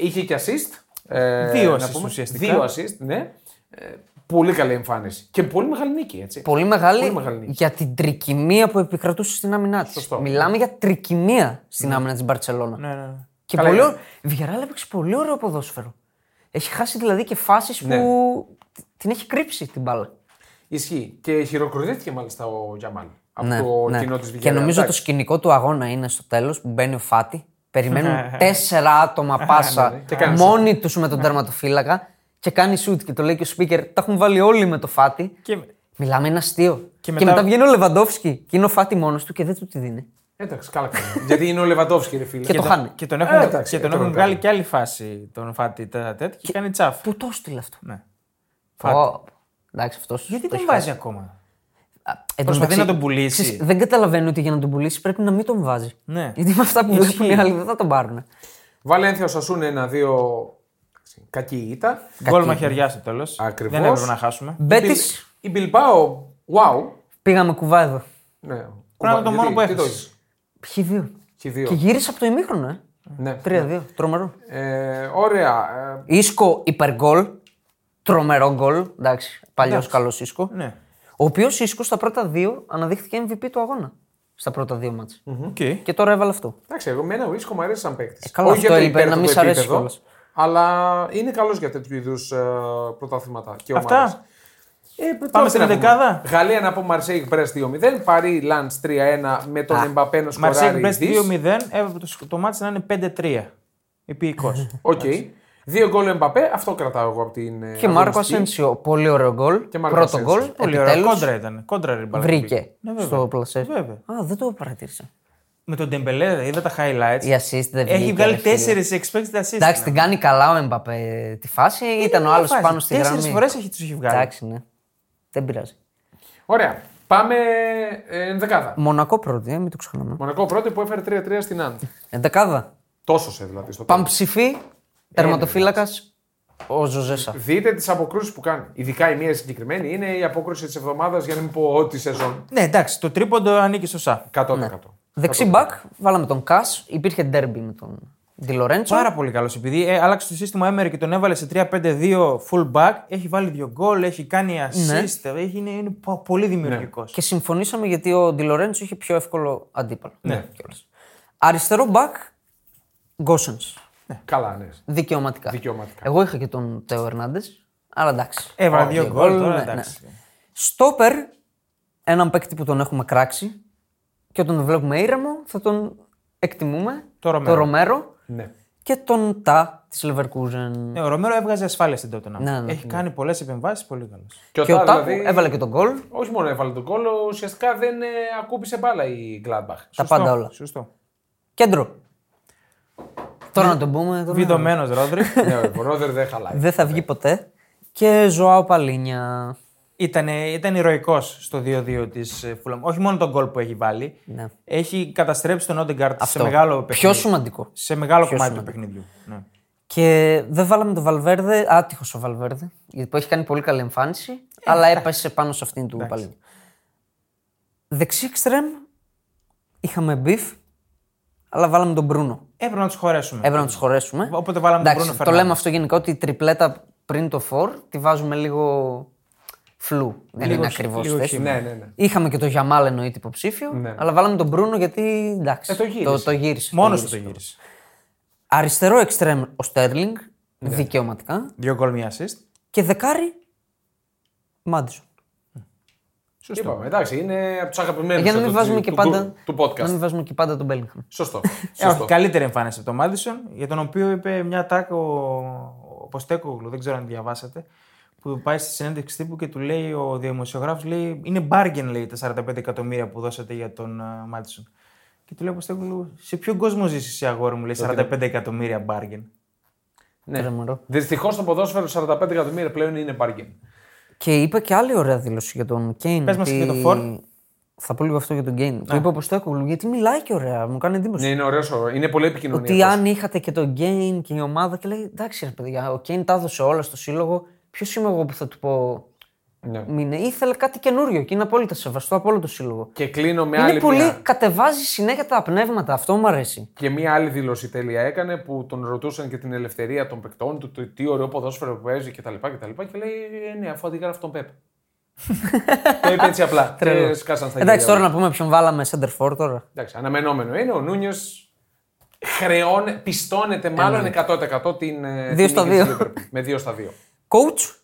S1: είχε και assist. ε,
S3: Δύο
S1: να
S3: assist
S1: πούμε.
S3: ουσιαστικά.
S1: Δύο assist, ναι. Ε, πολύ καλή εμφάνιση. Και πολύ μεγάλη νίκη, έτσι.
S2: Πολύ μεγάλη,
S1: Πολύ μεγάλη νίκη.
S2: για την τρικυμία που επικρατούσε στην άμυνά της.
S1: Σωστό.
S2: Μιλάμε για τρικυμία στην άμυνα της Μπαρσελόνα.
S3: Ναι, ναι, ναι.
S2: Και
S1: Καλά
S2: πολύ...
S1: είναι.
S2: ω- Βιεράλ έπαιξε πολύ ωραίο ποδόσφαιρο. Έχει χάσει δηλαδή και φάσεις
S1: Ναι.
S2: που την έχει κρύψει την μπάλα.
S1: Ισχύει. Και χειροκροτήθηκε μάλιστα ο Γιαμάλ από
S2: Ναι,
S1: το
S2: ναι.
S1: κοινό της Βηγιαρέα.
S2: Και νομίζω το σκηνικό του αγώνα είναι στο τέλος που μπαίνει ο Φάτη.
S1: Ναι.
S2: Περιμένουν τέσσερα άτομα πάσα
S1: Και κάνει Ναι.
S2: μόνοι τους με τον τερματοφύλακα και κάνει σουτ και το λέει και ο speaker. Τα έχουν βάλει όλοι με το Φάτη.
S3: Και...
S2: Μιλάμε ένα αστείο. Και μετά...
S3: μετά-
S2: βγαίνει ο Λεβαντόφσκι και είναι ο Φάτη μόνος του και δεν του τη δίνει.
S1: Εντάξει, καλά κάνει. <laughs> Γιατί είναι ο Λεβαντόφσκι, ρε φίλε.
S2: Και το
S1: τα-
S2: χάνει.
S3: Και τον έχουν,
S1: Ε, εντάξει,
S3: και τον
S1: ε,
S3: έχουν
S1: τώρα
S3: βγάλει
S1: κάνει.
S3: και άλλη φάση τον Φάτη τέτα τέτοια και κάνει τσαφ.
S2: Πού το έστειλε αυτό.
S3: Ναι.
S2: Πω, εντάξει, αυτός.
S3: Γιατί τον βάζει ακόμα. προσπαθεί να τον πουλήσει.
S2: Ε, δεν καταλαβαίνω ότι για να τον πουλήσει πρέπει να μην τον βάζει.
S3: Ναι.
S2: Γιατί με αυτά που βλέπουν οι άλλοι δεν θα τον πάρουν.
S1: Βαλένθια, ο Σασούν ένα-δύο. Κακή ήττα.
S3: Γκολ μαχαιριά στο τέλος.
S1: Ακριβώς.
S3: Δεν έπρεπε να χάσουμε.
S2: Μπέτης,
S1: Η Μπιλμπάο, wow.
S2: πήγαμε κουβά εδώ.
S1: Ναι.
S3: Πράγμα το
S1: Γιατί,
S3: μόνο που
S1: τι
S3: έχασες.
S1: το έχεις.
S2: Ποιοι δύο.
S1: Χι δύο.
S2: Και γύρισε από το ημίχρονο, ε.
S1: Ναι.
S2: 3-2. Τρομερό.
S1: Ε, ωραία. Ε,
S2: Ίσκο υπεργόλ. Τρομερό γκολ. Εντάξει. Παλιός καλός Ίσκο.
S3: Ναι.
S2: Ο οποίος Ίσκος στα πρώτα δύο αναδείχθηκε MVP του αγώνα. Στα πρώτα δύο μάτς.
S3: Οκ.
S2: Και τώρα έβαλε αυτό.
S1: εντάξει, εγώ με ένα ρίσκο μου αρέσει σαν παίκτης.
S2: Ε, καλά, αυτό έλειπε, να μην σ' αρέσει κιόλας.
S1: Αλλά είναι καλός για τέτοιου είδους ε, πρωταθλήματα και
S3: Αυτά.
S1: ομάδες. Ε, τώρα
S3: στην
S1: τι να πούμε.
S3: δεκάδα.
S1: Γαλλία να πω Μαρσέικ Μπρέσ 2-0. Παρί Λαντ 3-1 με τον Εμπαπέ να σκοράρει.
S3: Μαρσέικ
S1: Μπρέσ
S3: Μπρέστ 2-0, έπρεπε Ε, το, το μάτι να είναι 5-3. Επίοικο.
S1: Οκ. Δύο γκολ Εμπαπέ, αυτό κρατάω εγώ από την. ε,
S2: Και Μάρκο
S1: αγωνιστική.
S2: Ασένσιο. Πολύ ωραίο γκολ.
S1: Και Μάρκο
S2: Πρώτο
S1: Ασένσιο.
S2: γκολ.
S3: Πολύ ωραία.
S2: επιτέλους.
S3: Κόντρα ήταν. Κόντρα ριμπαλάκι.
S2: Βρήκε
S3: Ναι, βέβαια.
S2: στο πλασέ.
S3: Βέβαια.
S2: Α, δεν το παρατήρησα.
S3: Με τον Ντεμπελέ είδα τα highlights.
S2: Η assist δεν βγήκε,
S3: Έχει βγάλει ναι.
S2: ρε φίλε.
S3: 4 expected assists.
S2: Εντάξει, την κάνει καλά ο Εμπαπέ τη φάση. Ήταν ο άλλο πάνω στη γραμμή.
S3: Τέσσερι φορές έχει τους έχει βγάλει.
S2: Εντάξει, ναι. Δεν πειράζει.
S1: Ωραία. Πάμε ε, ενδεκάδα.
S2: Μονακό πρώτη, ε, μην το ξεχνάμε.
S1: Μονακό πρώτο που έφερε 3-3 στην Άντ.
S2: Εντεκάδα.
S1: Τόσο σε δηλαδή στο τέλος.
S2: Παμψηφί, τερματοφύλακας, ο
S3: Ε,
S2: Ζωζέσα.
S1: Δείτε τις αποκρούσεις που κάνει. Ειδικά η μία συγκεκριμένη είναι η απόκρουση της εβδομάδας για να μην πω ό,τι σεζόν.
S3: Ναι, εντάξει, το τρίποντο ανήκει στο ΣΑ.
S1: 100%.
S2: Δεξί μπακ, βάλαμε τον Κάς. Υπήρχε ντέρμπι με τον Ντι Λορέντσο.
S3: Πάρα πολύ καλός. Επειδή ε, άλλαξε το σύστημα Έμερη και τον έβαλε σε 3-5-2 full back, έχει βάλει δύο γκολ, έχει κάνει
S2: Ναι.
S3: assist, ε, έχει, είναι, είναι πο- πολύ δημιουργικός.
S2: Και συμφωνήσαμε γιατί ο Ντι Λορέντσο είχε πιο εύκολο αντίπαλο.
S1: Ναι.
S2: Κιόλας. Αριστερό μπακ, Γκόσεν.
S1: Καλά, ναι.
S2: Δικαιωματικά.
S1: Δικαιωματικά.
S2: Εγώ είχα και τον Τέο Ερνάντε, αλλά εντάξει.
S3: Έβαλε
S1: Ω,
S3: δύο
S1: δύο
S3: γκολ
S2: γκολ,
S3: τώρα,
S2: ναι,
S3: εντάξει.
S2: Στόπερ, έναν παίκτη που τον έχουμε κράξει και όταν τον βλέπουμε ήρεμο θα τον εκτιμούμε.
S3: Το Ρομέρο.
S2: Ρομέρο
S1: ναι.
S2: και τον Τα της Λεβερκούζεν.
S3: Ναι, ο Ρομέρο έβγαζε ασφάλεια στην Tottenham.
S2: Ναι, ναι,
S3: έχει κάνει πολλές επεμβάσεις, πολύ καλός.
S1: Και ο,
S2: Και ο
S1: Τά,
S2: Τάκου
S1: δηλαδή,
S2: έβαλε και τον γκολ.
S1: Όχι μόνο έβαλε τον κόλλο, ουσιαστικά δεν ε, ακούμπησε μπάλα η Gladbach.
S2: Τα πάντα όλα.
S3: Σωστό.
S2: Κέντρο. Τώρα να τον πούμε. τώρα να-
S3: Βιδωμένος
S2: <laughs>
S3: Ρόδρυ.
S1: ναι, ο Ρόδερ δεν χαλάει.
S2: Δεν θα
S3: Ναι.
S2: βγει ποτέ. Και Ζωάο Παλίνια.
S3: ήταν, ήταν ηρωικός στο 2-2 τη Φούλαμ. ε, Όχι μόνο τον γκολ που έχει βάλει.
S2: Ναι.
S3: Έχει καταστρέψει τον Όντεγκαρτ σε
S2: Αυτό.
S3: μεγάλο παιχνίδι.
S2: Πιο σημαντικό.
S3: Σε μεγάλο
S2: Πιο
S3: κομμάτι του
S2: σημαντικό.
S3: παιχνιδιού. Ναι.
S2: Και δεν βάλαμε τον Βαλβέρδε, άτυχος ο Βαλβέρδε, γιατί που έχει κάνει πολύ καλή εμφάνιση,
S3: Ε,
S2: αλλά έπεσε πάνω σε αυτήν του Παλίνια. Δεξί εξτρεμ είχαμε μπιφ, αλλά βάλαμε τον Μπρούνο.
S3: Έπρεπε να τους χωρέσουμε.
S2: Έπρεπε να τους χωρέσουμε.
S3: Οπότε βάλαμε τον
S2: Εντάξει,
S3: Μπρούνο
S2: Το
S3: Φερνάνδες.
S2: λέμε αυτό γενικά ότι η τριπλέτα πριν το φορ τη βάζουμε λίγο φλου. Δεν
S3: Λίγο
S2: είναι
S3: χ-
S2: ακριβώς
S3: λίγο χύμα.
S1: ναι, ναι, ναι.
S2: Είχαμε και το Γιαμάλ εννοείται υποψήφιο,
S1: Ναι.
S2: αλλά βάλαμε τον Μπρούνο γιατί εντάξει.
S1: Ε, το γύρισε.
S2: Το, το γύρισε,
S3: Μόνο
S2: το
S3: του το
S2: γύρισε.
S3: γύρισε.
S2: Αριστερό εξτρέμ ο Στέρλινγκ,
S1: Ναι.
S2: δικαιωματικά.
S3: Δύο γκολ, μία assist.
S2: Και δεκάρι Μάντζο.
S3: Σωστό.
S1: Είπαμε, εντάξει, είναι από τους αγαπημένους
S2: Για να μην βάζουμε και πάντα,
S1: του, του
S2: να
S1: podcast.
S2: μην βάζουμε και πάντα τον Μπέλιγχαμ.
S1: Σωστό.
S3: Ε, όχι,
S1: Σωστό.
S3: καλύτερη εμφάνιση από τον Μάντισον, για τον οποίο είπε μια τάκα ο, ο Ποστέκογλου, δεν ξέρω αν τη διαβάσατε, που πάει στη συνέντευξη τύπου και του λέει ο δημοσιογράφος, λέει, είναι bargain λέει τα 45 εκατομμύρια που δώσατε για τον ε, Μάντισον. Και του λέει ο Ποστέκογλου, σε ποιον κόσμο ζεις εσύ αγόρι μου, λέει 45 εκατομμύρια bargain.
S1: Ναι.
S2: Τρομερό.
S1: Δυστυχώ το ποδόσφαιρο 45 εκατομμύρια πλέον είναι bargain.
S2: Και είπε και άλλη ωραία δήλωση για τον Κέιν.
S3: Πες μας και για το Φορ.
S2: Θα πω λίγο αυτό για τον Κέιν. Του είπα πω το έκουγλου, γιατί μιλάει και ωραία, μου κάνει εντύπωση.
S1: Ναι, είναι ωραίος, είναι πολύ επικοινωνιακός.
S2: Ότι αν είχατε και τον Κέιν και η ομάδα και λέει εντάξει ρε παιδιά, ο Κέιν τα έδωσε όλα στο σύλλογο, ποιος είμαι εγώ που θα του πω
S1: Ναι.
S2: μήνε. Ήθελε κάτι καινούριο και είναι απόλυτα σεβαστό από όλο το σύλλογο.
S1: Και κλείνω με
S2: είναι
S1: άλλη
S2: πολύ.
S1: μια.
S2: Κατεβάζει συνέχεια τα πνεύματα. Αυτό μου αρέσει.
S1: Και μία άλλη δήλωση τέλεια έκανε που τον ρωτούσαν και την ελευθερία των παικτών του, το τι ωραίο ποδόσφαιρο που παίζει κτλ. Και, και, λέει «Ε, ναι, αφού αντιγράφει τον Πεπ. το είπε έτσι απλά.
S2: <laughs> Τρελό.
S1: και σκάσαν στα
S2: Εντάξει,
S1: γέλια
S2: τώρα να πούμε ποιον βάλαμε center for τώρα.
S1: Εντάξει, αναμενόμενο είναι. Ο Νούνιος χρεών, πιστώνεται μάλλον 100% την. ε,
S2: Δύο
S1: την
S2: στα
S1: νίκη
S2: δύο.
S1: της Liverpool. Με 2 στα 2.
S2: Coach.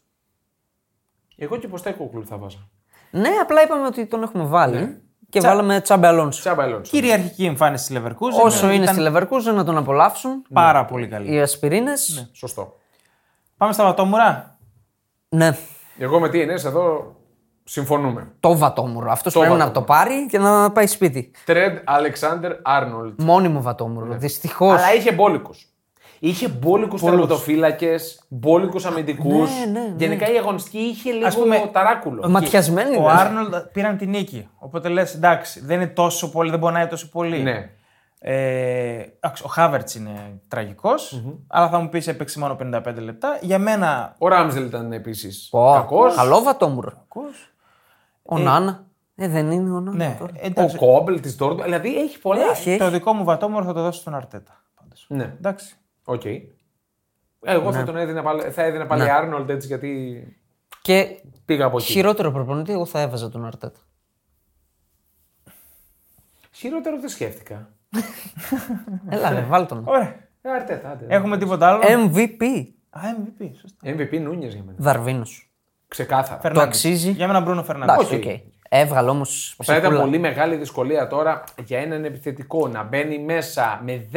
S1: Εγώ και ποστέ κούκλου θα βάζα.
S2: Ναι, απλά είπαμε ότι τον έχουμε βάλει. Και βάλαμε Τσάμπε Αλόνσο.
S1: Τσάμπα Ελόνσο.
S3: Κυριαρχική εμφάνιση της Leverkusen.
S2: Όσο
S3: ε,
S2: είναι
S3: ήταν
S2: στη Leverkusen να τον απολαύσουν
S3: Πάρα πολύ καλή.
S2: οι ασπιρίνες.
S1: Σωστό.
S3: Πάμε στα βατόμουρα.
S2: Ναι.
S1: Εγώ με τι είναι εδώ συμφωνούμε.
S2: Το βατόμουρο. Αυτός πρέπει να
S1: βατόμουρο.
S2: το πάρει και να πάει σπίτι.
S1: Τρέντ Αλεξάνδρ Άρνολτ.
S2: Μόνιμο βατόμουρο. Δυστυχώς.
S1: Αλλά είχε μπόλικου. Είχε μπόλικους τερματοφύλακες, μπόλικους αμυντικούς.
S2: Ναι, ναι, ναι.
S1: Γενικά η αγωνιστική είχε λίγο
S3: πούμε,
S1: ταράκουλο.
S2: Ματιασμένοι.
S3: Ο
S2: Ε, είναι.
S3: Άρνολντ πήραν την νίκη. Οπότε λες, εντάξει, δεν είναι τόσο πολύ, δεν πονάει τόσο πολύ.
S1: Ναι.
S3: Ε, εντάξει, ο Χάβερτ είναι τραγικός, αλλά θα μου πεις έπαιξε μόνο 55 λεπτά. Για μένα.
S1: Ο Ράμζελ ήταν επίσης
S2: Πω,
S1: κακός.
S2: Καλό βατόμουρο. Ο Νάνα. Ε, δεν είναι ο Νάνα.
S3: Ναι,
S2: τώρα.
S1: Ο
S3: εντάξει,
S1: Κόμπελ της Ντόρντ. Δηλαδή έχει πολλά.
S2: Έχει, έχει.
S3: το δικό μου βατόμορο θα το δώσω στον Αρτέτα. πάντως.
S1: Ναι.
S3: Εντάξει.
S1: Οκ. Ε, Εγώ
S2: Ναι.
S1: θα τον έδινα πάλι, θα έδινα πάλι Arnold έτσι γιατί
S2: Και
S1: πήγα από εκεί.
S2: χειρότερο προπονητή, εγώ θα έβαζα τον Αρτέτα.
S1: Χειρότερο δεν σκέφτηκα.
S2: Έλα, ρε, βάλ τον.
S3: Ωραία.
S1: Ε, Αρτέτα, άντε.
S3: Έχουμε τίποτα άλλο.
S2: Ε, MVP
S3: Α, MVP, σωστά.
S1: MVP Νούνιες για μένα.
S2: Δαρβίνος.
S1: Ξεκάθαρα.
S2: Το
S3: Φερνάνδες.
S2: αξίζει.
S3: Για μένα Μπρούνο Φερνάνδε.
S2: Εντάξει,
S1: οκ.
S2: οκ. Έβγαλε όμως.
S1: Θα ήταν πολύ μεγάλη δυσκολία τώρα για έναν επιθετικό να μπαίνει μέσα με 10,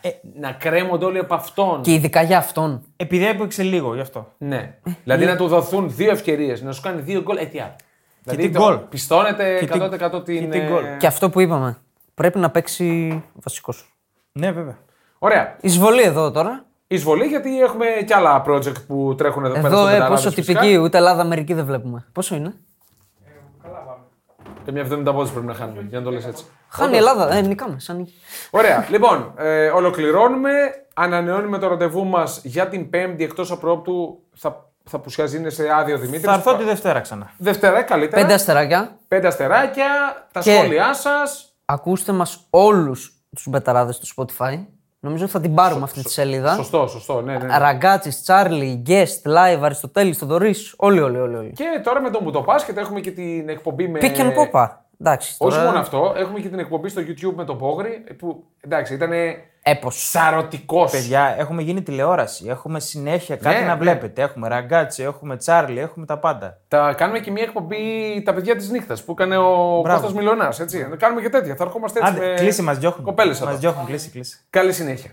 S3: Ε,
S1: να κρέμονται όλοι από αυτόν.
S2: Και ειδικά για αυτόν.
S3: Επειδή έπαιξε λίγο γι' αυτό.
S1: Ναι.
S3: Ε,
S1: δηλαδή να του δοθούν δύο ευκαιρίες, να σου κάνει δύο γκολ. Ε, τι άλλο. Δηλαδή
S3: την
S1: το-
S3: γκολ.
S1: Πιστώνεται
S3: Και την-
S1: 100% την.
S3: και την
S1: ε,
S3: γκολ.
S2: Και αυτό που είπαμε. Πρέπει να παίξει βασικός.
S3: Ναι, βέβαια.
S1: Ωραία.
S2: Εισβολή εδώ τώρα.
S1: Εισβολή γιατί έχουμε κι άλλα project που τρέχουν εδώ, πέρα
S2: Εδώ,
S1: στο
S2: ε,
S1: Πενταράδες
S2: πόσο
S1: φυσικά.
S2: τυπική, ούτε Ελλάδα-Αμερική δεν βλέπουμε. Πόσο είναι.
S1: Και μια 70 πόντους πρέπει να χάνουμε, για να το λες έτσι.
S2: Χάνει η Ελλάδα, ε, νικάμε. Σαν... νίκη.
S3: <laughs>
S1: Ωραία. λοιπόν, ε, ολοκληρώνουμε. Ανανεώνουμε το ραντεβού μας για την Πέμπτη εκτός απρόπτου. Θα, θα πουσιάζει, είναι σε άδειο Δημήτρης.
S3: Θα έρθω τη Δευτέρα ξανά.
S1: Δευτέρα, καλύτερα.
S2: Πέντε αστεράκια.
S1: Πέντε αστεράκια, τα
S2: Και-
S1: σχόλιά σας.
S2: Ακούστε μας όλους τους μπεταράδες του Spotify. Νομίζω ότι θα την πάρουμε αυτή τη σελίδα.
S1: Σωστό, σωστό. Ναι, ναι. ναι.
S2: Ραγκάτσις, Τσάρλι, Guest, Live, Αριστοτέλης, Θοδωρής. Όλοι, όλοι, όλοι. όλοι.
S1: Και τώρα με τον που το πάσχετε έχουμε και την εκπομπή με.
S2: Pick and Popa. Εντάξει.
S1: Όχι
S2: τώρα-
S1: μόνο αυτό, έχουμε και την εκπομπή στο YouTube με τον Πόγρι που εντάξει ήταν
S2: Έπος.
S1: σαρωτικός.
S3: Παιδιά, έχουμε γίνει τηλεόραση. Έχουμε συνέχεια κάτι
S1: Ναι,
S3: να
S1: ναι.
S3: βλέπετε. Έχουμε ραγκάτσι, έχουμε τσάρλι, έχουμε τα πάντα.
S1: Τα κάνουμε και μια εκπομπή Τα παιδιά της νύχτας που έκανε ο
S3: Μπράβο.
S1: Κώστας Μιλονά. Έτσι. Να Κάνουμε και τέτοια. Θα ερχόμαστε έτσι.
S3: Άντε,
S1: με
S3: κλείσει, μας διώχνουν.
S1: Κοπέλες
S3: Μας διώχνουν, κλείσει, κλείσει.
S1: Καλή συνέχεια.